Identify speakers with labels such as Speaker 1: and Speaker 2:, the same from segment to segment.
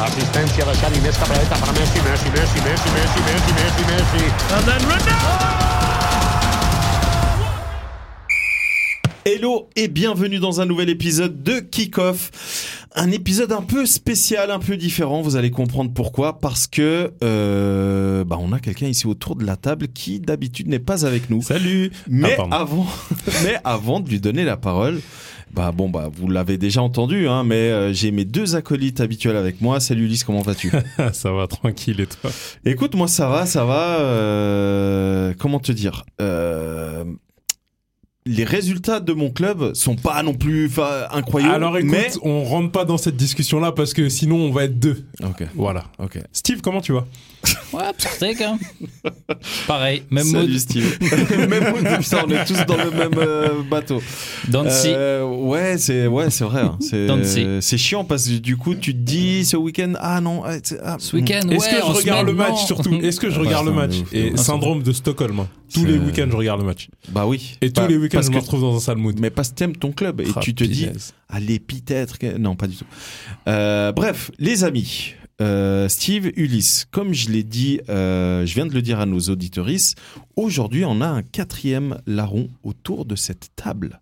Speaker 1: Asistencia de Xavi, més cap a la dreta per Messi, Messi, Messi, Messi, Messi, Messi, Messi, Messi.
Speaker 2: And then Ronaldo!
Speaker 3: Hello et bienvenue dans un nouvel épisode de Kickoff. Un épisode un peu spécial, un peu différent. Vous allez comprendre pourquoi. Parce que euh, bah, on a quelqu'un ici autour de la table qui d'habitude n'est pas avec nous.
Speaker 4: Salut Ah,
Speaker 3: Mais
Speaker 4: pardon.
Speaker 3: avant, mais avant de lui donner la parole, bah bon bah vous l'avez déjà entendu, hein, mais euh, j'ai mes deux acolytes habituels avec moi. Salut Ulysse, comment vas-tu
Speaker 4: Ça va, tranquille et toi
Speaker 3: Écoute, moi ça va, ça va. euh, comment te dire Euh, Les résultats de mon club sont pas non plus enfin, incroyables.
Speaker 4: Alors écoute,
Speaker 3: mais...
Speaker 4: on rentre pas dans cette discussion là parce que sinon on va être deux.
Speaker 3: Ok,
Speaker 4: Voilà.
Speaker 3: ok.
Speaker 4: Steve, comment tu vas
Speaker 5: Ouais, sec, hein. Pareil, même mot.
Speaker 3: Salut Steve. même mood, putain, on est tous dans le même euh, bateau.
Speaker 5: Dancy.
Speaker 3: Euh, ouais, c'est ouais, c'est vrai. hein. C'est
Speaker 5: Dancy.
Speaker 3: c'est chiant parce que du coup, tu te dis ce week-end, ah non, ah, c'est- ah,
Speaker 5: Ce week-end, ouais,
Speaker 4: Est-ce que
Speaker 5: en
Speaker 4: je regarde
Speaker 5: semaine,
Speaker 4: le match
Speaker 5: non.
Speaker 4: surtout Est-ce que je
Speaker 3: Ah,
Speaker 4: regarde le
Speaker 3: putain,
Speaker 4: match
Speaker 3: de ouf, de
Speaker 4: Et
Speaker 3: ouf.
Speaker 4: syndrome de Stockholm. hein. Tous les
Speaker 3: C'est-
Speaker 4: week-ends je regarde le match.
Speaker 3: Bah oui.
Speaker 4: Et tous
Speaker 3: Bah,
Speaker 4: les week-ends
Speaker 3: parce
Speaker 4: je me
Speaker 3: que-
Speaker 4: retrouve dans un sale mood.
Speaker 3: Mais parce que t'aimes ton club et
Speaker 4: Ah,
Speaker 3: tu te dis,
Speaker 4: punaise.
Speaker 3: Allez, peut-être. que- Non, pas du tout. Euh, bref, les amis, euh, Steve, Ulysse, comme je l'ai dit, euh, je viens de le dire à nos auditorices, aujourd'hui, on a un quatrième larron autour de cette table.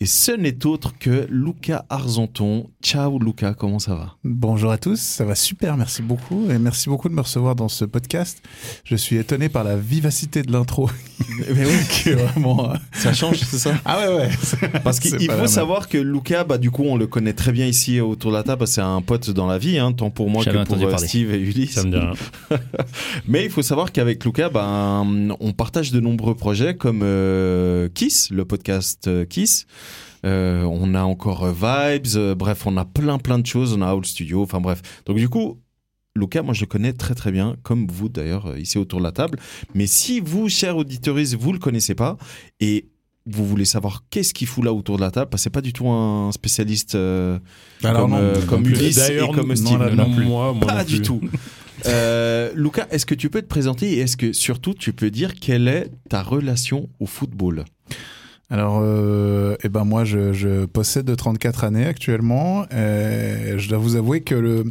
Speaker 3: Et ce n'est autre que Luca Argenton. Ciao Luca, comment ça va
Speaker 6: Bonjour à tous, ça va super, merci beaucoup et merci beaucoup de me recevoir dans ce podcast. Je suis étonné par la vivacité de l'intro. Mais oui, qui est vraiment. euh,
Speaker 3: Ça change, c'est ça
Speaker 6: Ah ouais ouais.
Speaker 3: Parce qu'il
Speaker 6: C'est
Speaker 3: il
Speaker 6: pas la
Speaker 3: faut
Speaker 6: même.
Speaker 3: savoir que Luca, bah, du coup, on le connaît très bien ici autour de la table, parce que c'est un pote dans la vie, hein, tant pour moi
Speaker 5: J'avais
Speaker 3: que pour
Speaker 5: entendu
Speaker 3: euh,
Speaker 5: parler.
Speaker 3: Steve et Ulysse.
Speaker 4: Ça me dit rien.
Speaker 3: Mais il faut savoir qu'avec Luca, ben, on partage de nombreux projets comme euh, Kiss, le podcast euh, Kiss. Euh, on a encore euh, Vibes, euh, bref, on a plein plein de choses, on a Owl Studio, enfin bref. Donc du coup, Luca, moi je le connais très très bien, comme vous d'ailleurs, euh, ici autour de la table. Mais si vous, chers auditeurs, vous le connaissez pas et vous voulez savoir qu'est-ce qu'il fout là autour de la table, parce que c'est pas du tout un spécialiste euh,
Speaker 6: Alors
Speaker 3: comme,
Speaker 6: non,
Speaker 3: euh,
Speaker 6: non
Speaker 3: comme
Speaker 6: plus.
Speaker 3: Ulysse et
Speaker 4: D'ailleurs,
Speaker 3: comme
Speaker 4: non,
Speaker 3: Steve.
Speaker 4: là,
Speaker 6: non
Speaker 4: non,
Speaker 6: plus.
Speaker 4: moi, moi
Speaker 3: Pas
Speaker 4: non
Speaker 3: du
Speaker 4: plus.
Speaker 3: tout. Euh, Lucas, est-ce que tu peux te présenter et est-ce que surtout tu peux dire quelle est ta relation au football
Speaker 6: Alors, euh, eh ben moi, je, je possède de 34 années actuellement. Et je dois vous avouer que le,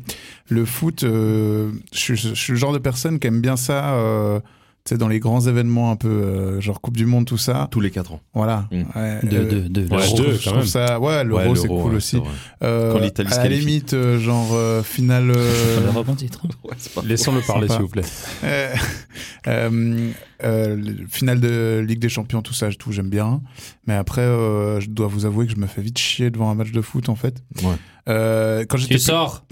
Speaker 6: le foot, euh, je, suis- je suis le genre de personne qui aime bien ça. Euh, tu sais, dans les grands événements un peu, euh, genre Coupe du Monde, tout ça.
Speaker 3: Tous les 4 ans.
Speaker 6: Voilà.
Speaker 3: Mm.
Speaker 6: Ouais,
Speaker 5: Deux,
Speaker 6: euh,
Speaker 5: deux, deux.
Speaker 4: Ouais,
Speaker 6: l'euro,
Speaker 4: deux,
Speaker 6: je
Speaker 4: quand
Speaker 6: trouve
Speaker 4: même.
Speaker 6: ça. Ouais, l'euro, c'est cool aussi. Euh,
Speaker 3: Quand l'Italie se
Speaker 6: à la
Speaker 3: qualifie.
Speaker 6: limite, euh, genre euh, finale. euh,
Speaker 5: L'Europe en titre.
Speaker 4: Laissons-le parler
Speaker 6: Sympa.
Speaker 4: s'il vous plaît.
Speaker 6: euh, euh, euh, le- finale de Ligue des Champions, tout ça, tout j'aime bien. Mais après, euh, je dois vous avouer que je me fais vite chier devant un match de foot en fait.
Speaker 3: Ouais.
Speaker 6: Euh, quand j'étais
Speaker 5: Tu sors.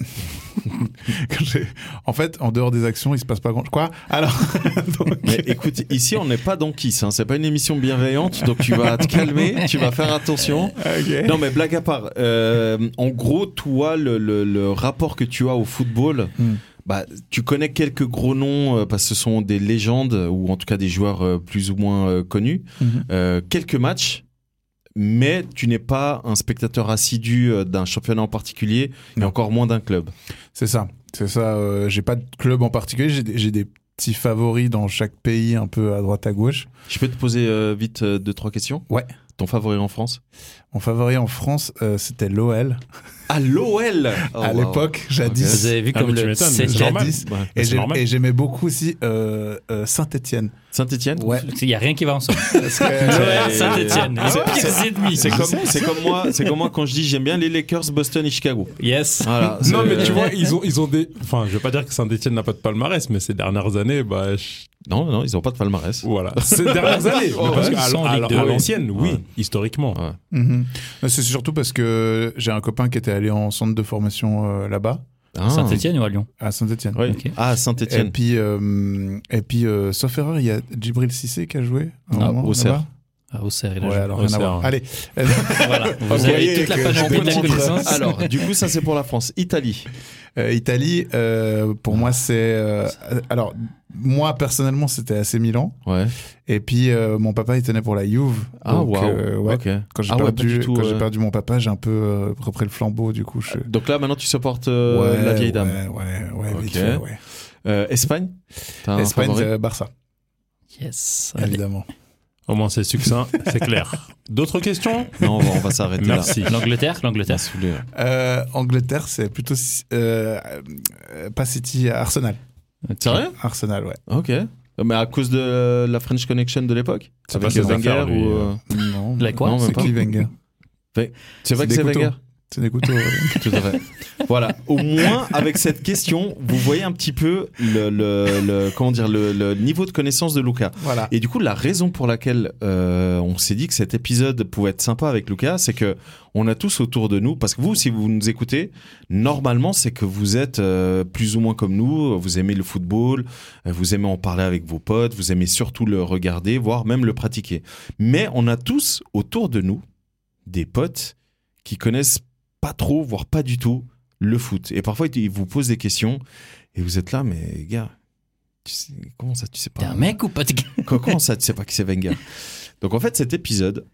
Speaker 6: quand j'ai- en fait, en dehors des actions, il se passe pas grand. Quoi Alors, donc,
Speaker 3: Mais écoute, ici on n'est pas dans Kiss, hein. c'est pas une émission bienveillante, donc tu vas te calmer, tu vas faire attention.
Speaker 6: ok.
Speaker 3: Non mais blague à part, euh, en gros, toi, le, le- le rapport que tu as au football,
Speaker 6: Hmm.
Speaker 3: bah, tu connais quelques gros noms, euh, parce que ce sont des légendes, ou en tout cas des joueurs euh, plus ou moins euh, connus.
Speaker 6: Mhm.
Speaker 3: Euh, quelques matchs, mais tu n'es pas un spectateur assidu euh, d'un championnat en particulier, et
Speaker 6: Non.
Speaker 3: encore moins d'un club.
Speaker 6: C'est ça, c'est ça. euh, j'ai pas de club en particulier. J'ai des, j'ai des petits favoris dans chaque pays, un peu à droite à gauche.
Speaker 3: Je peux te poser euh, vite euh, deux, trois questions
Speaker 6: Ouais.
Speaker 3: Ton favori en France
Speaker 6: Mon favori en France, euh, c'était l'OL.
Speaker 3: À l'OL
Speaker 6: à l'époque,
Speaker 3: Oh,
Speaker 6: jadis.
Speaker 3: Ok.
Speaker 5: Vous avez vu
Speaker 4: Ah,
Speaker 5: comme
Speaker 4: mais tu
Speaker 5: le
Speaker 4: m'étonnes,
Speaker 5: c'est
Speaker 4: c'est normal.
Speaker 6: jadis. Et
Speaker 4: Bah, C'est
Speaker 6: j'ai-
Speaker 4: normal.
Speaker 6: et j'aimais beaucoup aussi euh, euh, Saint-Etienne.
Speaker 3: Saint-Etienne
Speaker 6: Ouais.
Speaker 5: Il n'y a rien qui va ensemble.
Speaker 6: Parce que- euh,
Speaker 5: Noël, Saint-Etienne.
Speaker 3: Ah ouais.
Speaker 5: Les pires ennemis.
Speaker 3: C'est comme, c'est comme moi, c'est comme moi quand je dis j'aime bien les Lakers, Boston et Chicago.
Speaker 5: Yes.
Speaker 3: Voilà,
Speaker 4: Non
Speaker 3: c'est-
Speaker 4: mais tu vois, ils ont, ils ont des... Enfin, je vais pas dire que Saint-Etienne n'a pas de palmarès, mais ces dernières années, bah, je-
Speaker 3: non, non, ils ont pas de palmarès.
Speaker 4: voilà. Ces dernières années,
Speaker 3: Oh,
Speaker 4: mais parce
Speaker 5: ouais,
Speaker 4: que à-
Speaker 5: ils sont en
Speaker 4: à-
Speaker 5: Ligue deux,
Speaker 4: à
Speaker 5: oui.
Speaker 4: l'ancienne, oui,
Speaker 3: Ouais.
Speaker 4: historiquement.
Speaker 3: Ouais.
Speaker 6: Mhm. Mais C'est surtout parce que j'ai un copain qui était allé en centre de formation euh, là-bas,
Speaker 3: Ah.
Speaker 5: Saint-Etienne ou à Lyon
Speaker 6: à Saint-Etienne.
Speaker 3: Ouais.
Speaker 5: Ok.
Speaker 3: Ah,
Speaker 6: Et
Speaker 3: Saint-Etienne.
Speaker 6: puis, euh, et puis euh, sauf erreur, il y a Djibril Cissé qui a joué à un
Speaker 5: Ah,
Speaker 6: moment,
Speaker 3: au Serre.
Speaker 6: là-bas.
Speaker 5: Ah, Auxerre, il a
Speaker 6: Ouais,
Speaker 5: joué.
Speaker 6: alors
Speaker 4: Au
Speaker 6: rien à
Speaker 4: Serre.
Speaker 6: voir. Allez,
Speaker 5: Voilà. Vous
Speaker 6: voyez
Speaker 5: avez toute la
Speaker 6: que
Speaker 5: panoplie
Speaker 6: je
Speaker 5: de la
Speaker 6: comprends.
Speaker 5: connaissance.
Speaker 3: Alors, du coup, ça c'est pour la France. Italie.
Speaker 6: Euh, Italie, euh, pour moi, c'est. euh, alors, moi, personnellement, c'était assez Milan.
Speaker 3: Ouais.
Speaker 6: Et puis, euh, mon papa, il tenait pour la Juve.
Speaker 3: Ah,
Speaker 6: Donc,
Speaker 3: waouh.
Speaker 6: euh, ouais.
Speaker 3: Ok.
Speaker 6: Quand j'ai
Speaker 3: Ah ouais, pas du
Speaker 6: perdu,
Speaker 3: tout,
Speaker 6: quand
Speaker 3: euh.
Speaker 6: j'ai perdu mon papa, j'ai un peu euh, repris le flambeau, du coup. Je...
Speaker 3: Donc là, maintenant, tu supportes euh,
Speaker 6: Ouais,
Speaker 3: la vieille
Speaker 6: ouais,
Speaker 3: dame.
Speaker 6: Ouais, ouais,
Speaker 3: Ok.
Speaker 6: vite fait, ouais.
Speaker 3: Euh, Espagne T'as un
Speaker 6: Espagne,
Speaker 3: favori
Speaker 6: euh, Barça,
Speaker 5: Yes.
Speaker 6: évidemment.
Speaker 4: Au moins, c'est succinct, c'est clair. D'autres questions
Speaker 3: Non, on va, on va s'arrêter là.
Speaker 4: Merci.
Speaker 5: L'Angleterre, l'Angleterre.
Speaker 3: Saoulé, hein. ouais.
Speaker 6: Euh, Angleterre, c'est plutôt euh, euh, pas City, Arsenal.
Speaker 3: Sérieux
Speaker 6: Arsenal, ouais.
Speaker 3: Ok. Mais à cause de la French Connection de l'époque
Speaker 4: C'est
Speaker 3: Avec
Speaker 4: pas ses
Speaker 3: Wenger
Speaker 4: affaires, lui,
Speaker 3: ou.
Speaker 4: euh.
Speaker 3: euh,
Speaker 6: Non,
Speaker 5: La quoi
Speaker 3: Non, même
Speaker 6: c'est
Speaker 3: pas.
Speaker 6: qui Wenger
Speaker 3: C'est vrai
Speaker 6: C'est
Speaker 3: que
Speaker 6: des
Speaker 3: c'est Wenger
Speaker 6: couteaux. C'est des couteaux. ouais.
Speaker 3: Tout à fait. Voilà. Au moins, avec cette question, vous voyez un petit peu le, le- le- comment dire, le, le niveau de connaissance de Lucas.
Speaker 6: voilà.
Speaker 3: Et du coup, la raison pour laquelle euh, on s'est dit que cet épisode pouvait être sympa avec Lucas, c'est que on a tous autour de nous, parce que vous, si vous nous écoutez, normalement, c'est que vous êtes euh, plus ou moins comme nous, vous aimez le football, euh, vous aimez en parler avec vos potes, vous aimez surtout le regarder, voire même le pratiquer. Mais on a tous autour de nous des potes qui connaissent pas trop, voire pas du tout, le foot. Et parfois, ils vous posent des questions et vous êtes là, mais gars, tu sais, comment ça, tu sais pas
Speaker 5: T'es un mec ou pas t'es-
Speaker 3: Qu- Comment ça, tu sais pas qui c'est Wenger Donc en fait, cet épisode,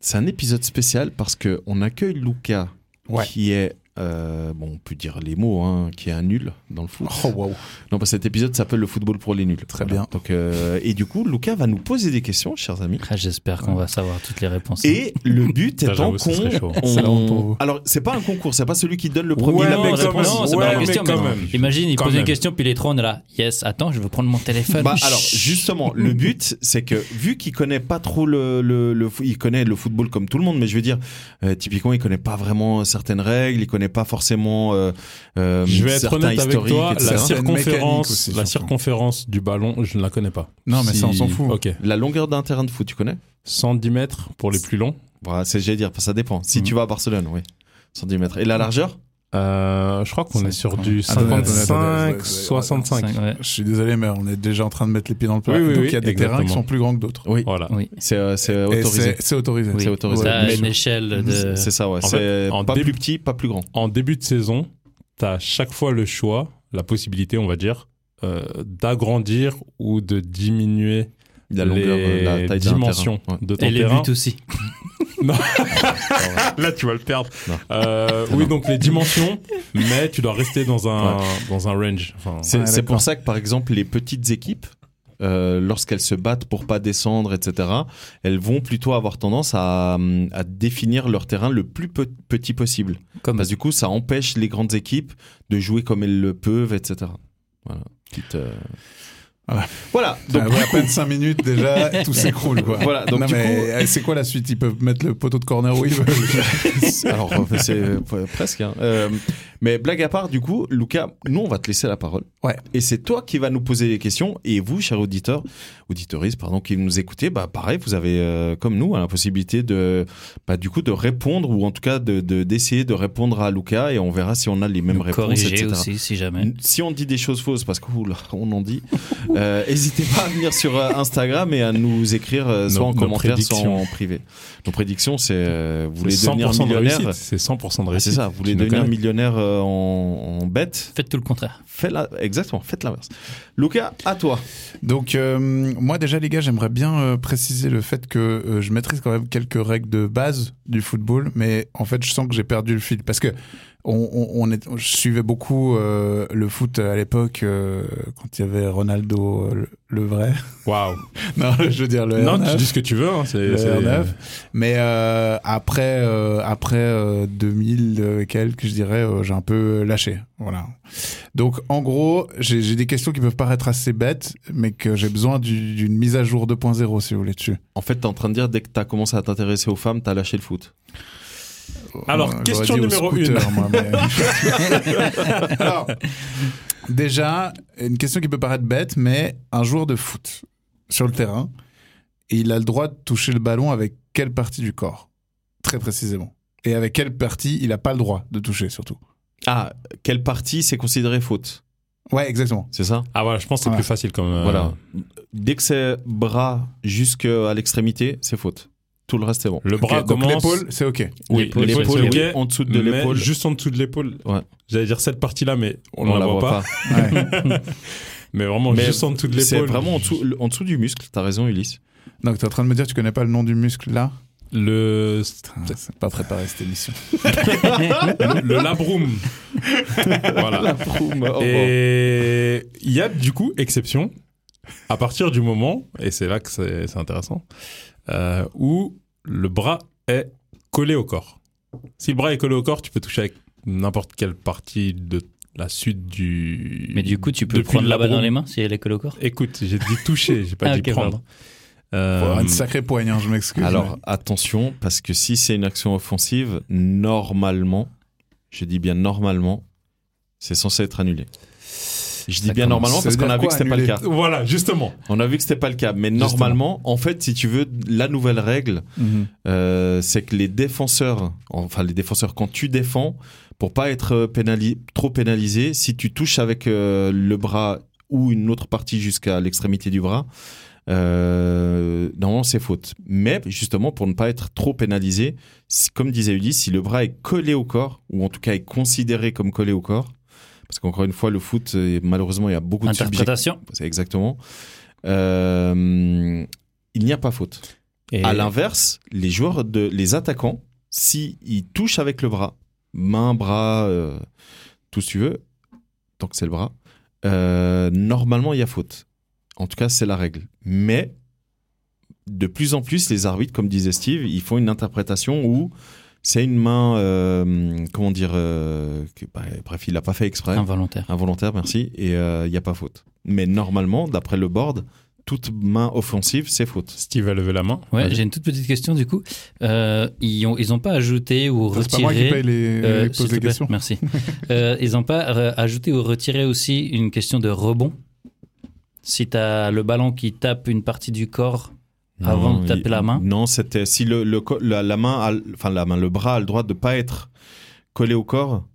Speaker 3: c'est un épisode spécial parce que on accueille Luca,
Speaker 6: Ouais.
Speaker 3: qui est, euh, bon, on peut dire les mots, hein, qui est un nul dans le foot.
Speaker 6: Oh, waouh.
Speaker 3: Non, parce que cet épisode s'appelle le football pour les nuls.
Speaker 6: Très bien.
Speaker 3: Donc, euh, et du coup, Luca va nous poser des questions, chers amis.
Speaker 5: Ah, J'espère qu'on va savoir toutes les réponses.
Speaker 3: Et le but
Speaker 4: Putain,
Speaker 3: étant
Speaker 4: j'avoue, ce
Speaker 3: qu'on.
Speaker 4: serait chaud.
Speaker 6: C'est vraiment pour vous.
Speaker 3: Alors, c'est pas un concours, c'est pas celui qui donne le premier
Speaker 4: Ouais,
Speaker 3: la
Speaker 4: non,
Speaker 3: bonne
Speaker 4: c'est-
Speaker 3: réponse.
Speaker 4: non,
Speaker 5: c'est
Speaker 4: Ouais,
Speaker 5: pas la
Speaker 4: mais
Speaker 5: question.
Speaker 4: quand
Speaker 5: mais
Speaker 4: même.
Speaker 5: Imagine, il
Speaker 4: Quand
Speaker 5: pose une
Speaker 4: même.
Speaker 5: question, puis les trois, on est là. Yes, attends, je veux prendre mon téléphone.
Speaker 3: Bah, alors justement, le but, c'est que vu qu'il connaît pas trop le, le, le fo- il connaît le football comme tout le monde, mais je veux dire, euh, typiquement, il connaît pas vraiment certaines règles, il connaît pas forcément euh, euh,
Speaker 4: Je vais être
Speaker 3: certains
Speaker 4: honnête avec
Speaker 3: historiques,
Speaker 4: toi,
Speaker 3: etc.
Speaker 4: la
Speaker 6: Certaines mécaniques
Speaker 4: circonférence,
Speaker 6: aussi,
Speaker 4: la
Speaker 6: surtout.
Speaker 4: circonférence du ballon, je ne la connais pas.
Speaker 6: Non, mais ça, on
Speaker 4: Si-
Speaker 6: s'en fout.
Speaker 4: Ok.
Speaker 3: La longueur d'un terrain de foot, tu connais
Speaker 4: 110 mètres pour les plus longs.
Speaker 3: Voilà, c'est j'allais dire, enfin, ça dépend. Si
Speaker 4: Mhm.
Speaker 3: tu vas à Barcelone, oui, 110 mètres. Et la largeur
Speaker 4: Euh, je crois qu'on est sur du
Speaker 6: Attendez, attendez, attendez, attendez,
Speaker 4: 55,
Speaker 6: attendez.
Speaker 4: 65.
Speaker 5: Ouais.
Speaker 6: Je suis désolé, mais on est déjà en train de mettre les pieds dans le plat.
Speaker 4: Oui, oui,
Speaker 6: Donc, il
Speaker 4: oui,
Speaker 6: y a des terrains qui
Speaker 4: exactement.
Speaker 6: sont plus grands que d'autres.
Speaker 3: Oui,
Speaker 4: Voilà.
Speaker 5: Oui.
Speaker 3: c'est euh, c'est
Speaker 6: Et
Speaker 3: autorisé.
Speaker 6: c'est- C'est autorisé.
Speaker 5: Oui.
Speaker 3: C'est autorisé. Ah,
Speaker 5: T'as
Speaker 3: Mais-
Speaker 5: une échelle de.
Speaker 3: C'est ça, ouais.
Speaker 4: En
Speaker 3: C'est
Speaker 4: fait, en
Speaker 3: pas
Speaker 4: début-
Speaker 3: plus petit, pas plus grand.
Speaker 4: En début de saison, tu as chaque fois le choix, la possibilité, on va dire, euh, d'agrandir ou de diminuer
Speaker 3: La longueur,
Speaker 4: les
Speaker 3: euh, la taille d'un
Speaker 4: dimensions
Speaker 3: terrain. Ouais.
Speaker 4: de ton
Speaker 5: Et les
Speaker 4: terrain.
Speaker 5: buts aussi.
Speaker 4: Là, tu vas le perdre.
Speaker 3: Non.
Speaker 4: Euh, oui, donc les dimensions, mais tu dois rester dans un, dans un range. Enfin,
Speaker 3: C'est
Speaker 6: Ouais,
Speaker 3: c'est
Speaker 6: d'accord.
Speaker 3: pour ça que, par exemple, les petites équipes, euh, lorsqu'elles se battent pour pas descendre, etc., elles vont plutôt avoir tendance à, hum, à définir leur terrain le plus pe- petit possible.
Speaker 6: Bah,
Speaker 5: Comme
Speaker 3: Parce que du coup, ça empêche les grandes équipes de jouer comme elles le peuvent, etc. Voilà. Petite, euh,
Speaker 6: Ah.
Speaker 3: Voilà. Donc,
Speaker 6: Donc, à peine 5 minutes déjà, tout s'écroule. Quoi.
Speaker 3: Voilà, donc
Speaker 6: non,
Speaker 3: du
Speaker 6: mais
Speaker 3: coup-
Speaker 6: euh, c'est quoi la suite Ils peuvent mettre le poteau de corner où ils veulent.
Speaker 3: alors, euh, c'est euh, presque. hein. Euh, mais blague à part, du coup, Lucas, nous, on va te laisser la parole.
Speaker 6: Ouais.
Speaker 3: Et c'est toi qui vas nous poser les questions. Et vous, chers auditeurs, auditeuristes, pardon, qui nous écoutez, bah, pareil, vous avez, euh, comme nous, hein, la possibilité de, bah, du coup, de répondre ou en tout cas de, de- d'essayer de répondre à Lucas et on verra si on a les mêmes réponses,
Speaker 5: corriger
Speaker 3: etc.
Speaker 5: aussi, si jamais.
Speaker 3: Si on dit des choses fausses, parce qu'on on en dit, euh, n'hésitez pas à venir sur euh, Instagram et à nous écrire euh, soit
Speaker 4: Nos-
Speaker 3: en
Speaker 4: nos
Speaker 3: commentaire, soit
Speaker 4: prédictions.
Speaker 3: en privé. Nos prédictions, c'est euh, vous voulez
Speaker 4: c'est
Speaker 3: devenir
Speaker 4: 100% de
Speaker 3: millionnaire.
Speaker 4: réussite. C'est 100% de
Speaker 3: Ah,
Speaker 4: réussite.
Speaker 3: c'est ça, vous voulez
Speaker 4: Tu nous
Speaker 3: devenir
Speaker 4: connais.
Speaker 3: millionnaire euh, en, en bête
Speaker 5: Faites tout le contraire.
Speaker 3: Faites la... Exactement, faites l'inverse. Lucas, à toi.
Speaker 6: Donc, euh, moi, déjà, les gars, j'aimerais bien euh, préciser le fait que euh, je maîtrise quand même quelques règles de base du football, mais en fait, je sens que j'ai perdu le fil. Parce que on, on, on est, je suivais beaucoup euh, le foot à l'époque, euh, quand il y avait Ronaldo, euh, le, le vrai.
Speaker 4: Waouh.
Speaker 6: non, je veux dire le
Speaker 4: Non,
Speaker 6: R9.
Speaker 4: tu dis ce que tu veux. hein, c'est,
Speaker 6: Le
Speaker 4: c'est-
Speaker 6: R9. Mais euh, après, euh, après euh, 2000 euh, quelques, je dirais, euh, j'ai un peu lâché. Voilà. Donc, en gros, j'ai j'ai des questions qui peuvent paraître assez bêtes, mais que j'ai besoin du- d'une mise à jour 2.0, si vous voulez, dessus.
Speaker 3: En fait, t'es en train de dire, dès que t'as commencé à t'intéresser aux femmes, t'as lâché le foot.
Speaker 4: Alors,
Speaker 6: j'aurais
Speaker 4: question
Speaker 6: dit au
Speaker 4: numéro
Speaker 6: scooter, moi, mais- Alors, déjà, une question qui peut paraître bête, mais un joueur de foot sur le terrain, et il a le droit de toucher le ballon avec quelle partie du corps Très précisément. Et avec quelle partie il n'a pas le droit de toucher, surtout.
Speaker 3: Ah, quelle partie c'est considéré faute
Speaker 6: Ouais, exactement.
Speaker 3: C'est ça
Speaker 4: Ah voilà, je pense que c'est
Speaker 6: Ouais.
Speaker 4: plus facile comme. euh,
Speaker 3: Voilà. Dès que c'est bras jusqu'à l'extrémité, c'est faute. Tout le reste est bon.
Speaker 4: Le bras
Speaker 6: Ok, donc
Speaker 4: commence.
Speaker 6: l'épaule, c'est OK.
Speaker 4: Oui,
Speaker 5: L'épaule,
Speaker 4: l'épaule,
Speaker 5: c'est
Speaker 4: c'est
Speaker 5: ok.
Speaker 4: ok,
Speaker 3: En dessous de
Speaker 4: mais
Speaker 3: l'épaule,
Speaker 4: Juste en dessous de l'épaule.
Speaker 3: Ouais.
Speaker 4: J'allais dire cette partie-là, mais on, ne la, voit, pas.
Speaker 6: Ouais.
Speaker 4: Mais vraiment,
Speaker 3: Mais
Speaker 4: juste en dessous de
Speaker 3: C'est
Speaker 4: l'épaule.
Speaker 3: vraiment en dessous, en dessous du muscle, t'as raison, Ulysse.
Speaker 6: Donc, tu es en train de me dire que tu connais pas le nom du muscle là
Speaker 4: Le,
Speaker 6: Putain, C'est pas préparé cette émission.
Speaker 4: le labrum. voilà.
Speaker 6: oh,
Speaker 3: Proum, au revoir.
Speaker 4: Et il y a du coup exception à partir du moment, et c'est là que c'est c'est intéressant, euh, où le bras est collé au corps. Si le bras est collé au corps, tu peux toucher avec n'importe quelle partie de la suite du.
Speaker 5: Mais du coup, tu peux
Speaker 4: Depuis
Speaker 5: prendre
Speaker 4: le
Speaker 5: la balle dans
Speaker 4: labrum.
Speaker 5: les mains si elle est collée au corps
Speaker 4: Écoute, j'ai dit toucher, j'ai pas
Speaker 5: Ah,
Speaker 4: dit
Speaker 5: ok,
Speaker 4: prendre.
Speaker 5: pardon.
Speaker 4: Euh,
Speaker 6: Faut avoir Oh, une sacrée poigne, hein, je m'excuse.
Speaker 3: Alors attention, parce que si c'est une action offensive, normalement, je dis bien normalement, c'est censé être annulé. Je dis
Speaker 6: Ça
Speaker 3: bien
Speaker 6: commence.
Speaker 3: normalement
Speaker 6: Ça
Speaker 3: parce
Speaker 6: veut
Speaker 3: qu'on
Speaker 6: dire
Speaker 3: a vu
Speaker 6: quoi,
Speaker 3: que c'était pas le
Speaker 6: annulé
Speaker 3: cas.
Speaker 4: Voilà, justement.
Speaker 3: On a vu que c'était pas le cas. Mais
Speaker 4: Justement.
Speaker 3: normalement, en fait, si tu veux, la nouvelle règle,
Speaker 6: Mhm.
Speaker 3: euh, c'est que les défenseurs, enfin les défenseurs, quand tu défends, pour pas être euh, pénali- trop pénalisé, si tu touches avec euh, le bras ou une autre partie jusqu'à l'extrémité du bras, euh, normalement c'est faute. Mais justement, pour ne pas être trop pénalisé, si- comme disait Ulysse, si le bras est collé au corps, ou en tout cas est considéré comme collé au corps, parce qu'encore une fois, le foot, euh, malheureusement, il y a beaucoup de subjectivité.
Speaker 5: Interprétation.
Speaker 3: C'est exactement. Euh, il n'y a pas faute.
Speaker 4: Et-
Speaker 3: À l'inverse, les joueurs de, les attaquants, si ils touchent avec le bras, main, bras, euh, tout ce que tu veux, tant que c'est le bras, euh, normalement il y a faute. En tout cas, c'est la règle. Mais de plus en plus, les arbitres, comme disait Steve, ils font une interprétation où c'est une main, euh, comment dire, euh, que- bah, bref, il l'a pas fait exprès
Speaker 5: Involontaire.
Speaker 3: involontaire, merci, et euh, il n'y a pas faute. Mais normalement, d'après le board, toute main offensive, c'est faute.
Speaker 4: Steve a levé la main.
Speaker 5: Ouais,
Speaker 3: Vas-y.
Speaker 5: j'ai une toute petite question du coup. Euh, ils n'ont ils ont pas ajouté ou
Speaker 6: C'est pas moi qui paye
Speaker 5: retiré.
Speaker 6: les,
Speaker 5: euh,
Speaker 6: les
Speaker 5: s'il
Speaker 6: pose
Speaker 5: te
Speaker 6: des
Speaker 5: plaît,
Speaker 6: questions.
Speaker 5: Merci. Euh, ils n'ont pas euh, ajouté ou retiré aussi une question de rebond. Si tu as le ballon qui tape une partie du corps, Avant de
Speaker 3: il-
Speaker 5: taper la main
Speaker 3: Non, c'était si le, le co- la, la main, a l- enfin la main, le bras a le droit de pas être collé au corps.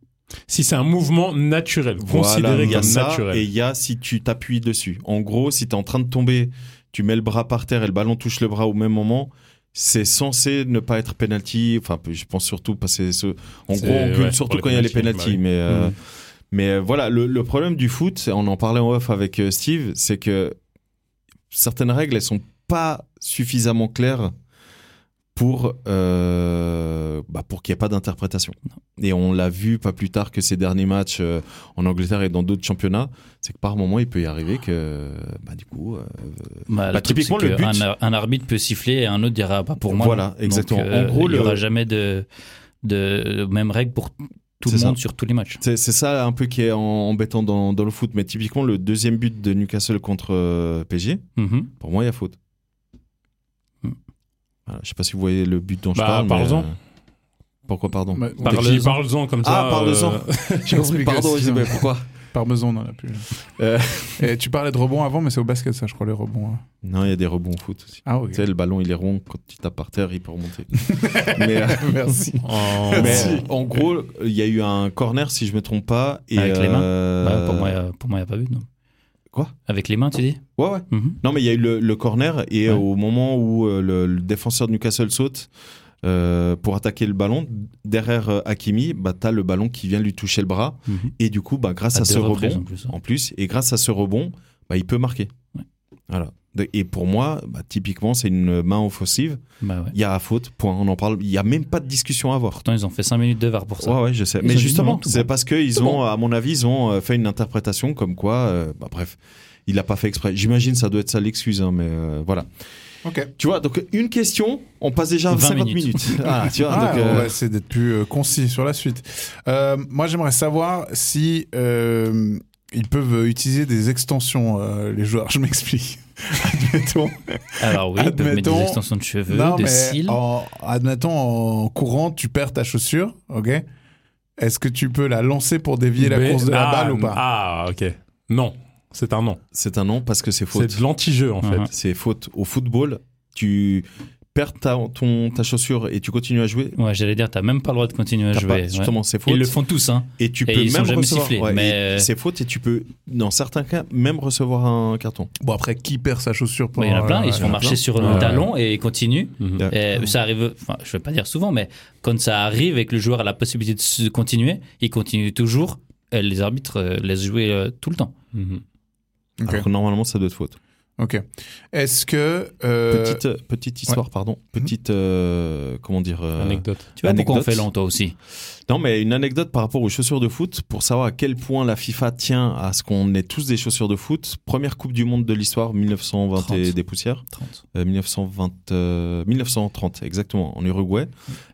Speaker 4: Si c'est un mouvement naturel,
Speaker 3: Voilà,
Speaker 4: considéré
Speaker 3: il y a
Speaker 4: comme
Speaker 3: ça,
Speaker 4: naturel.
Speaker 3: et il y a si tu t'appuies dessus. En gros, si tu es en train de tomber, tu mets le bras par terre et le ballon touche le bras au même moment. C'est censé ne pas être penalty. Enfin, je pense surtout parce que c'est- en
Speaker 4: C'est-
Speaker 3: gros, on gueule
Speaker 4: ouais, pour
Speaker 3: surtout
Speaker 4: les
Speaker 3: quand il y a les penalties.
Speaker 4: penalties, bah oui.
Speaker 3: Mais euh,
Speaker 6: Mhm.
Speaker 3: Mais euh, voilà, le, le problème du foot, c'est- on en parlait en off avec euh, Steve, c'est que certaines règles, elles sont pas suffisamment claires pour, euh, bah, pour qu'il n'y ait pas d'interprétation. Et on l'a vu pas plus tard que ces derniers matchs euh, en Angleterre et dans d'autres championnats, c'est que par moment, il peut y arriver que, bah, du coup, euh, Bah,
Speaker 5: bah, le truc,
Speaker 3: typiquement,
Speaker 5: c'est
Speaker 3: le
Speaker 5: que
Speaker 3: but-
Speaker 5: Un, ar- un arbitre peut siffler et un autre dira ah, pas pour moi.
Speaker 3: Voilà,
Speaker 5: non.
Speaker 3: exactement.
Speaker 5: Donc, euh,
Speaker 3: En gros,
Speaker 5: il n'y
Speaker 3: le-
Speaker 5: aura jamais de, de même règle pour tout le
Speaker 3: C'est ça.
Speaker 5: monde sur tous les matchs.
Speaker 3: C'est, c'est ça un peu qui est en- embêtant dans, dans le foot. Mais typiquement, le deuxième but de Newcastle contre euh, PG,
Speaker 5: Mhm.
Speaker 3: Pour moi, il y a faute.
Speaker 5: Hmm.
Speaker 3: Voilà, je sais pas si vous voyez le but dont je
Speaker 4: Bah,
Speaker 3: parle. mais,
Speaker 4: parle-en.
Speaker 3: euh, Pourquoi, pardon
Speaker 6: Ouais, Bah, on
Speaker 4: Parle-
Speaker 6: t'explique.
Speaker 4: Parle-en comme ça. euh,
Speaker 3: Ah, parle-en.
Speaker 6: J'explique
Speaker 3: Pardon,
Speaker 6: aussi,
Speaker 3: Isabelle,
Speaker 6: hein.
Speaker 3: pourquoi
Speaker 6: Parmesan, on en a plus.
Speaker 3: Euh.
Speaker 6: Et tu parlais de rebond avant, mais c'est au basket, ça, je crois, les rebonds. hein.
Speaker 3: Non, il y a des rebonds au foot aussi.
Speaker 6: Ah, ok.
Speaker 3: Tu sais, le ballon, il est rond. Quand tu tapes par terre, il peut remonter. mais, euh,
Speaker 6: Merci.
Speaker 4: En-
Speaker 3: mais,
Speaker 4: en-
Speaker 3: euh, en gros, il y a eu un corner, si je me trompe pas. Et
Speaker 5: Avec les mains
Speaker 3: euh,
Speaker 5: Bah, pour moi, euh, pour moi, il n'y a pas but. Non.
Speaker 3: Quoi
Speaker 5: Avec les mains, tu dis
Speaker 3: Ouais, ouais.
Speaker 5: Mhm.
Speaker 3: Non, mais il y a eu le, le corner et
Speaker 5: Ouais.
Speaker 3: au moment où euh, le, le défenseur de Newcastle saute euh, pour attaquer le ballon, derrière euh, Hakimi, bah, t'as le ballon qui vient lui toucher le bras.
Speaker 5: Mhm.
Speaker 3: Et du coup, bah, grâce
Speaker 5: À
Speaker 3: à,
Speaker 5: deux
Speaker 3: ce
Speaker 5: reprises,
Speaker 3: rebond,
Speaker 5: en plus. hein.
Speaker 3: en plus, et grâce à ce rebond, bah, il peut marquer.
Speaker 5: Ouais.
Speaker 3: Voilà. De- Et pour moi, bah, typiquement, c'est une main offensive.
Speaker 5: Bah ouais.
Speaker 3: Il y a faute, point, on en parle. Il n'y a même pas de discussion à avoir.
Speaker 5: Pourtant, ils ont fait 5 minutes de VAR pour ça.
Speaker 3: Ouais, ouais, je sais.
Speaker 5: Ils ont
Speaker 3: Mais
Speaker 5: dit
Speaker 3: justement,
Speaker 5: non, tout
Speaker 3: c'est
Speaker 5: bon.
Speaker 3: parce qu'ils
Speaker 5: Tout
Speaker 3: ont,
Speaker 5: bon.
Speaker 3: à mon avis, ils ont euh, fait une interprétation comme quoi, euh, bah, bref, il l'a pas fait exprès. J'imagine ça doit être ça l'excuse, hein, mais euh, voilà.
Speaker 6: Ok.
Speaker 3: Tu vois, donc une question, on passe déjà
Speaker 5: 20
Speaker 3: 50 minutes.
Speaker 5: minutes.
Speaker 3: Ah, tu vois,
Speaker 6: Ah,
Speaker 3: donc,
Speaker 6: on
Speaker 3: euh,
Speaker 6: va essayer d'être plus euh, concis sur la suite. Euh, moi, j'aimerais savoir si euh, ils peuvent utiliser des extensions, euh, les joueurs. Je m'explique. Admettons.
Speaker 3: Ah,
Speaker 5: Alors oui, ils peuvent mettre
Speaker 6: Admettons-
Speaker 5: des extensions de cheveux,
Speaker 6: non,
Speaker 5: des
Speaker 6: mais
Speaker 5: cils.
Speaker 6: en, admettons, en courant, tu perds ta chaussure, ok Est-ce que tu peux la lancer pour dévier la
Speaker 4: Mais-
Speaker 6: course de la
Speaker 4: ah,
Speaker 6: balle ou pas
Speaker 4: Ah, ok. Non, c'est un non.
Speaker 3: c'est un non parce que c'est faute.
Speaker 4: C'est de l'anti-jeu, en fait.
Speaker 5: Mhm.
Speaker 3: C'est faute. Au football, tu perds ta, ton, ta chaussure et tu continues à jouer.
Speaker 5: Ouais, j'allais dire, t'as même pas le droit de continuer à
Speaker 3: T'as
Speaker 5: jouer.
Speaker 3: pas-
Speaker 5: ouais.
Speaker 3: justement, c'est faute.
Speaker 5: Ils le font tous, hein.
Speaker 3: Et tu
Speaker 5: Et
Speaker 3: peux
Speaker 5: ils sont
Speaker 3: même
Speaker 5: jamais
Speaker 3: recevoir.
Speaker 5: sifflés,
Speaker 3: ouais,
Speaker 5: mais- euh,
Speaker 3: et C'est faute et tu peux, dans certains cas, même recevoir un carton.
Speaker 6: Bon, après, qui perd sa chaussure euh,
Speaker 5: Ouais, Bah, Il y en a plein, ils se font marcher sur le
Speaker 4: Ouais.
Speaker 5: talon et ils continuent.
Speaker 4: Mhm.
Speaker 3: Ouais.
Speaker 5: Et ça arrive, enfin, je ne vais pas dire souvent, mais quand ça arrive et que le joueur a la possibilité de se continuer, il continue toujours. Et les arbitres euh, laissent jouer euh, tout le temps.
Speaker 4: Mhm.
Speaker 3: Alors que normalement, ça doit être faute.
Speaker 6: Ok. Est-ce que. euh,
Speaker 3: Petite, euh, petite histoire, pardon. Petite, euh, comment dire euh,
Speaker 4: Anecdote.
Speaker 5: Tu vois pourquoi on
Speaker 3: Anecdote.
Speaker 5: fait lent, toi aussi
Speaker 3: Non, mais une anecdote par rapport aux chaussures de foot, pour savoir à quel point la FIFA tient à ce qu'on ait tous des chaussures de foot. Première Coupe du Monde de l'histoire, 1920 et
Speaker 5: 30.
Speaker 3: des poussières.
Speaker 5: 30.
Speaker 3: Euh, 1920, euh, 1930, exactement, en Uruguay.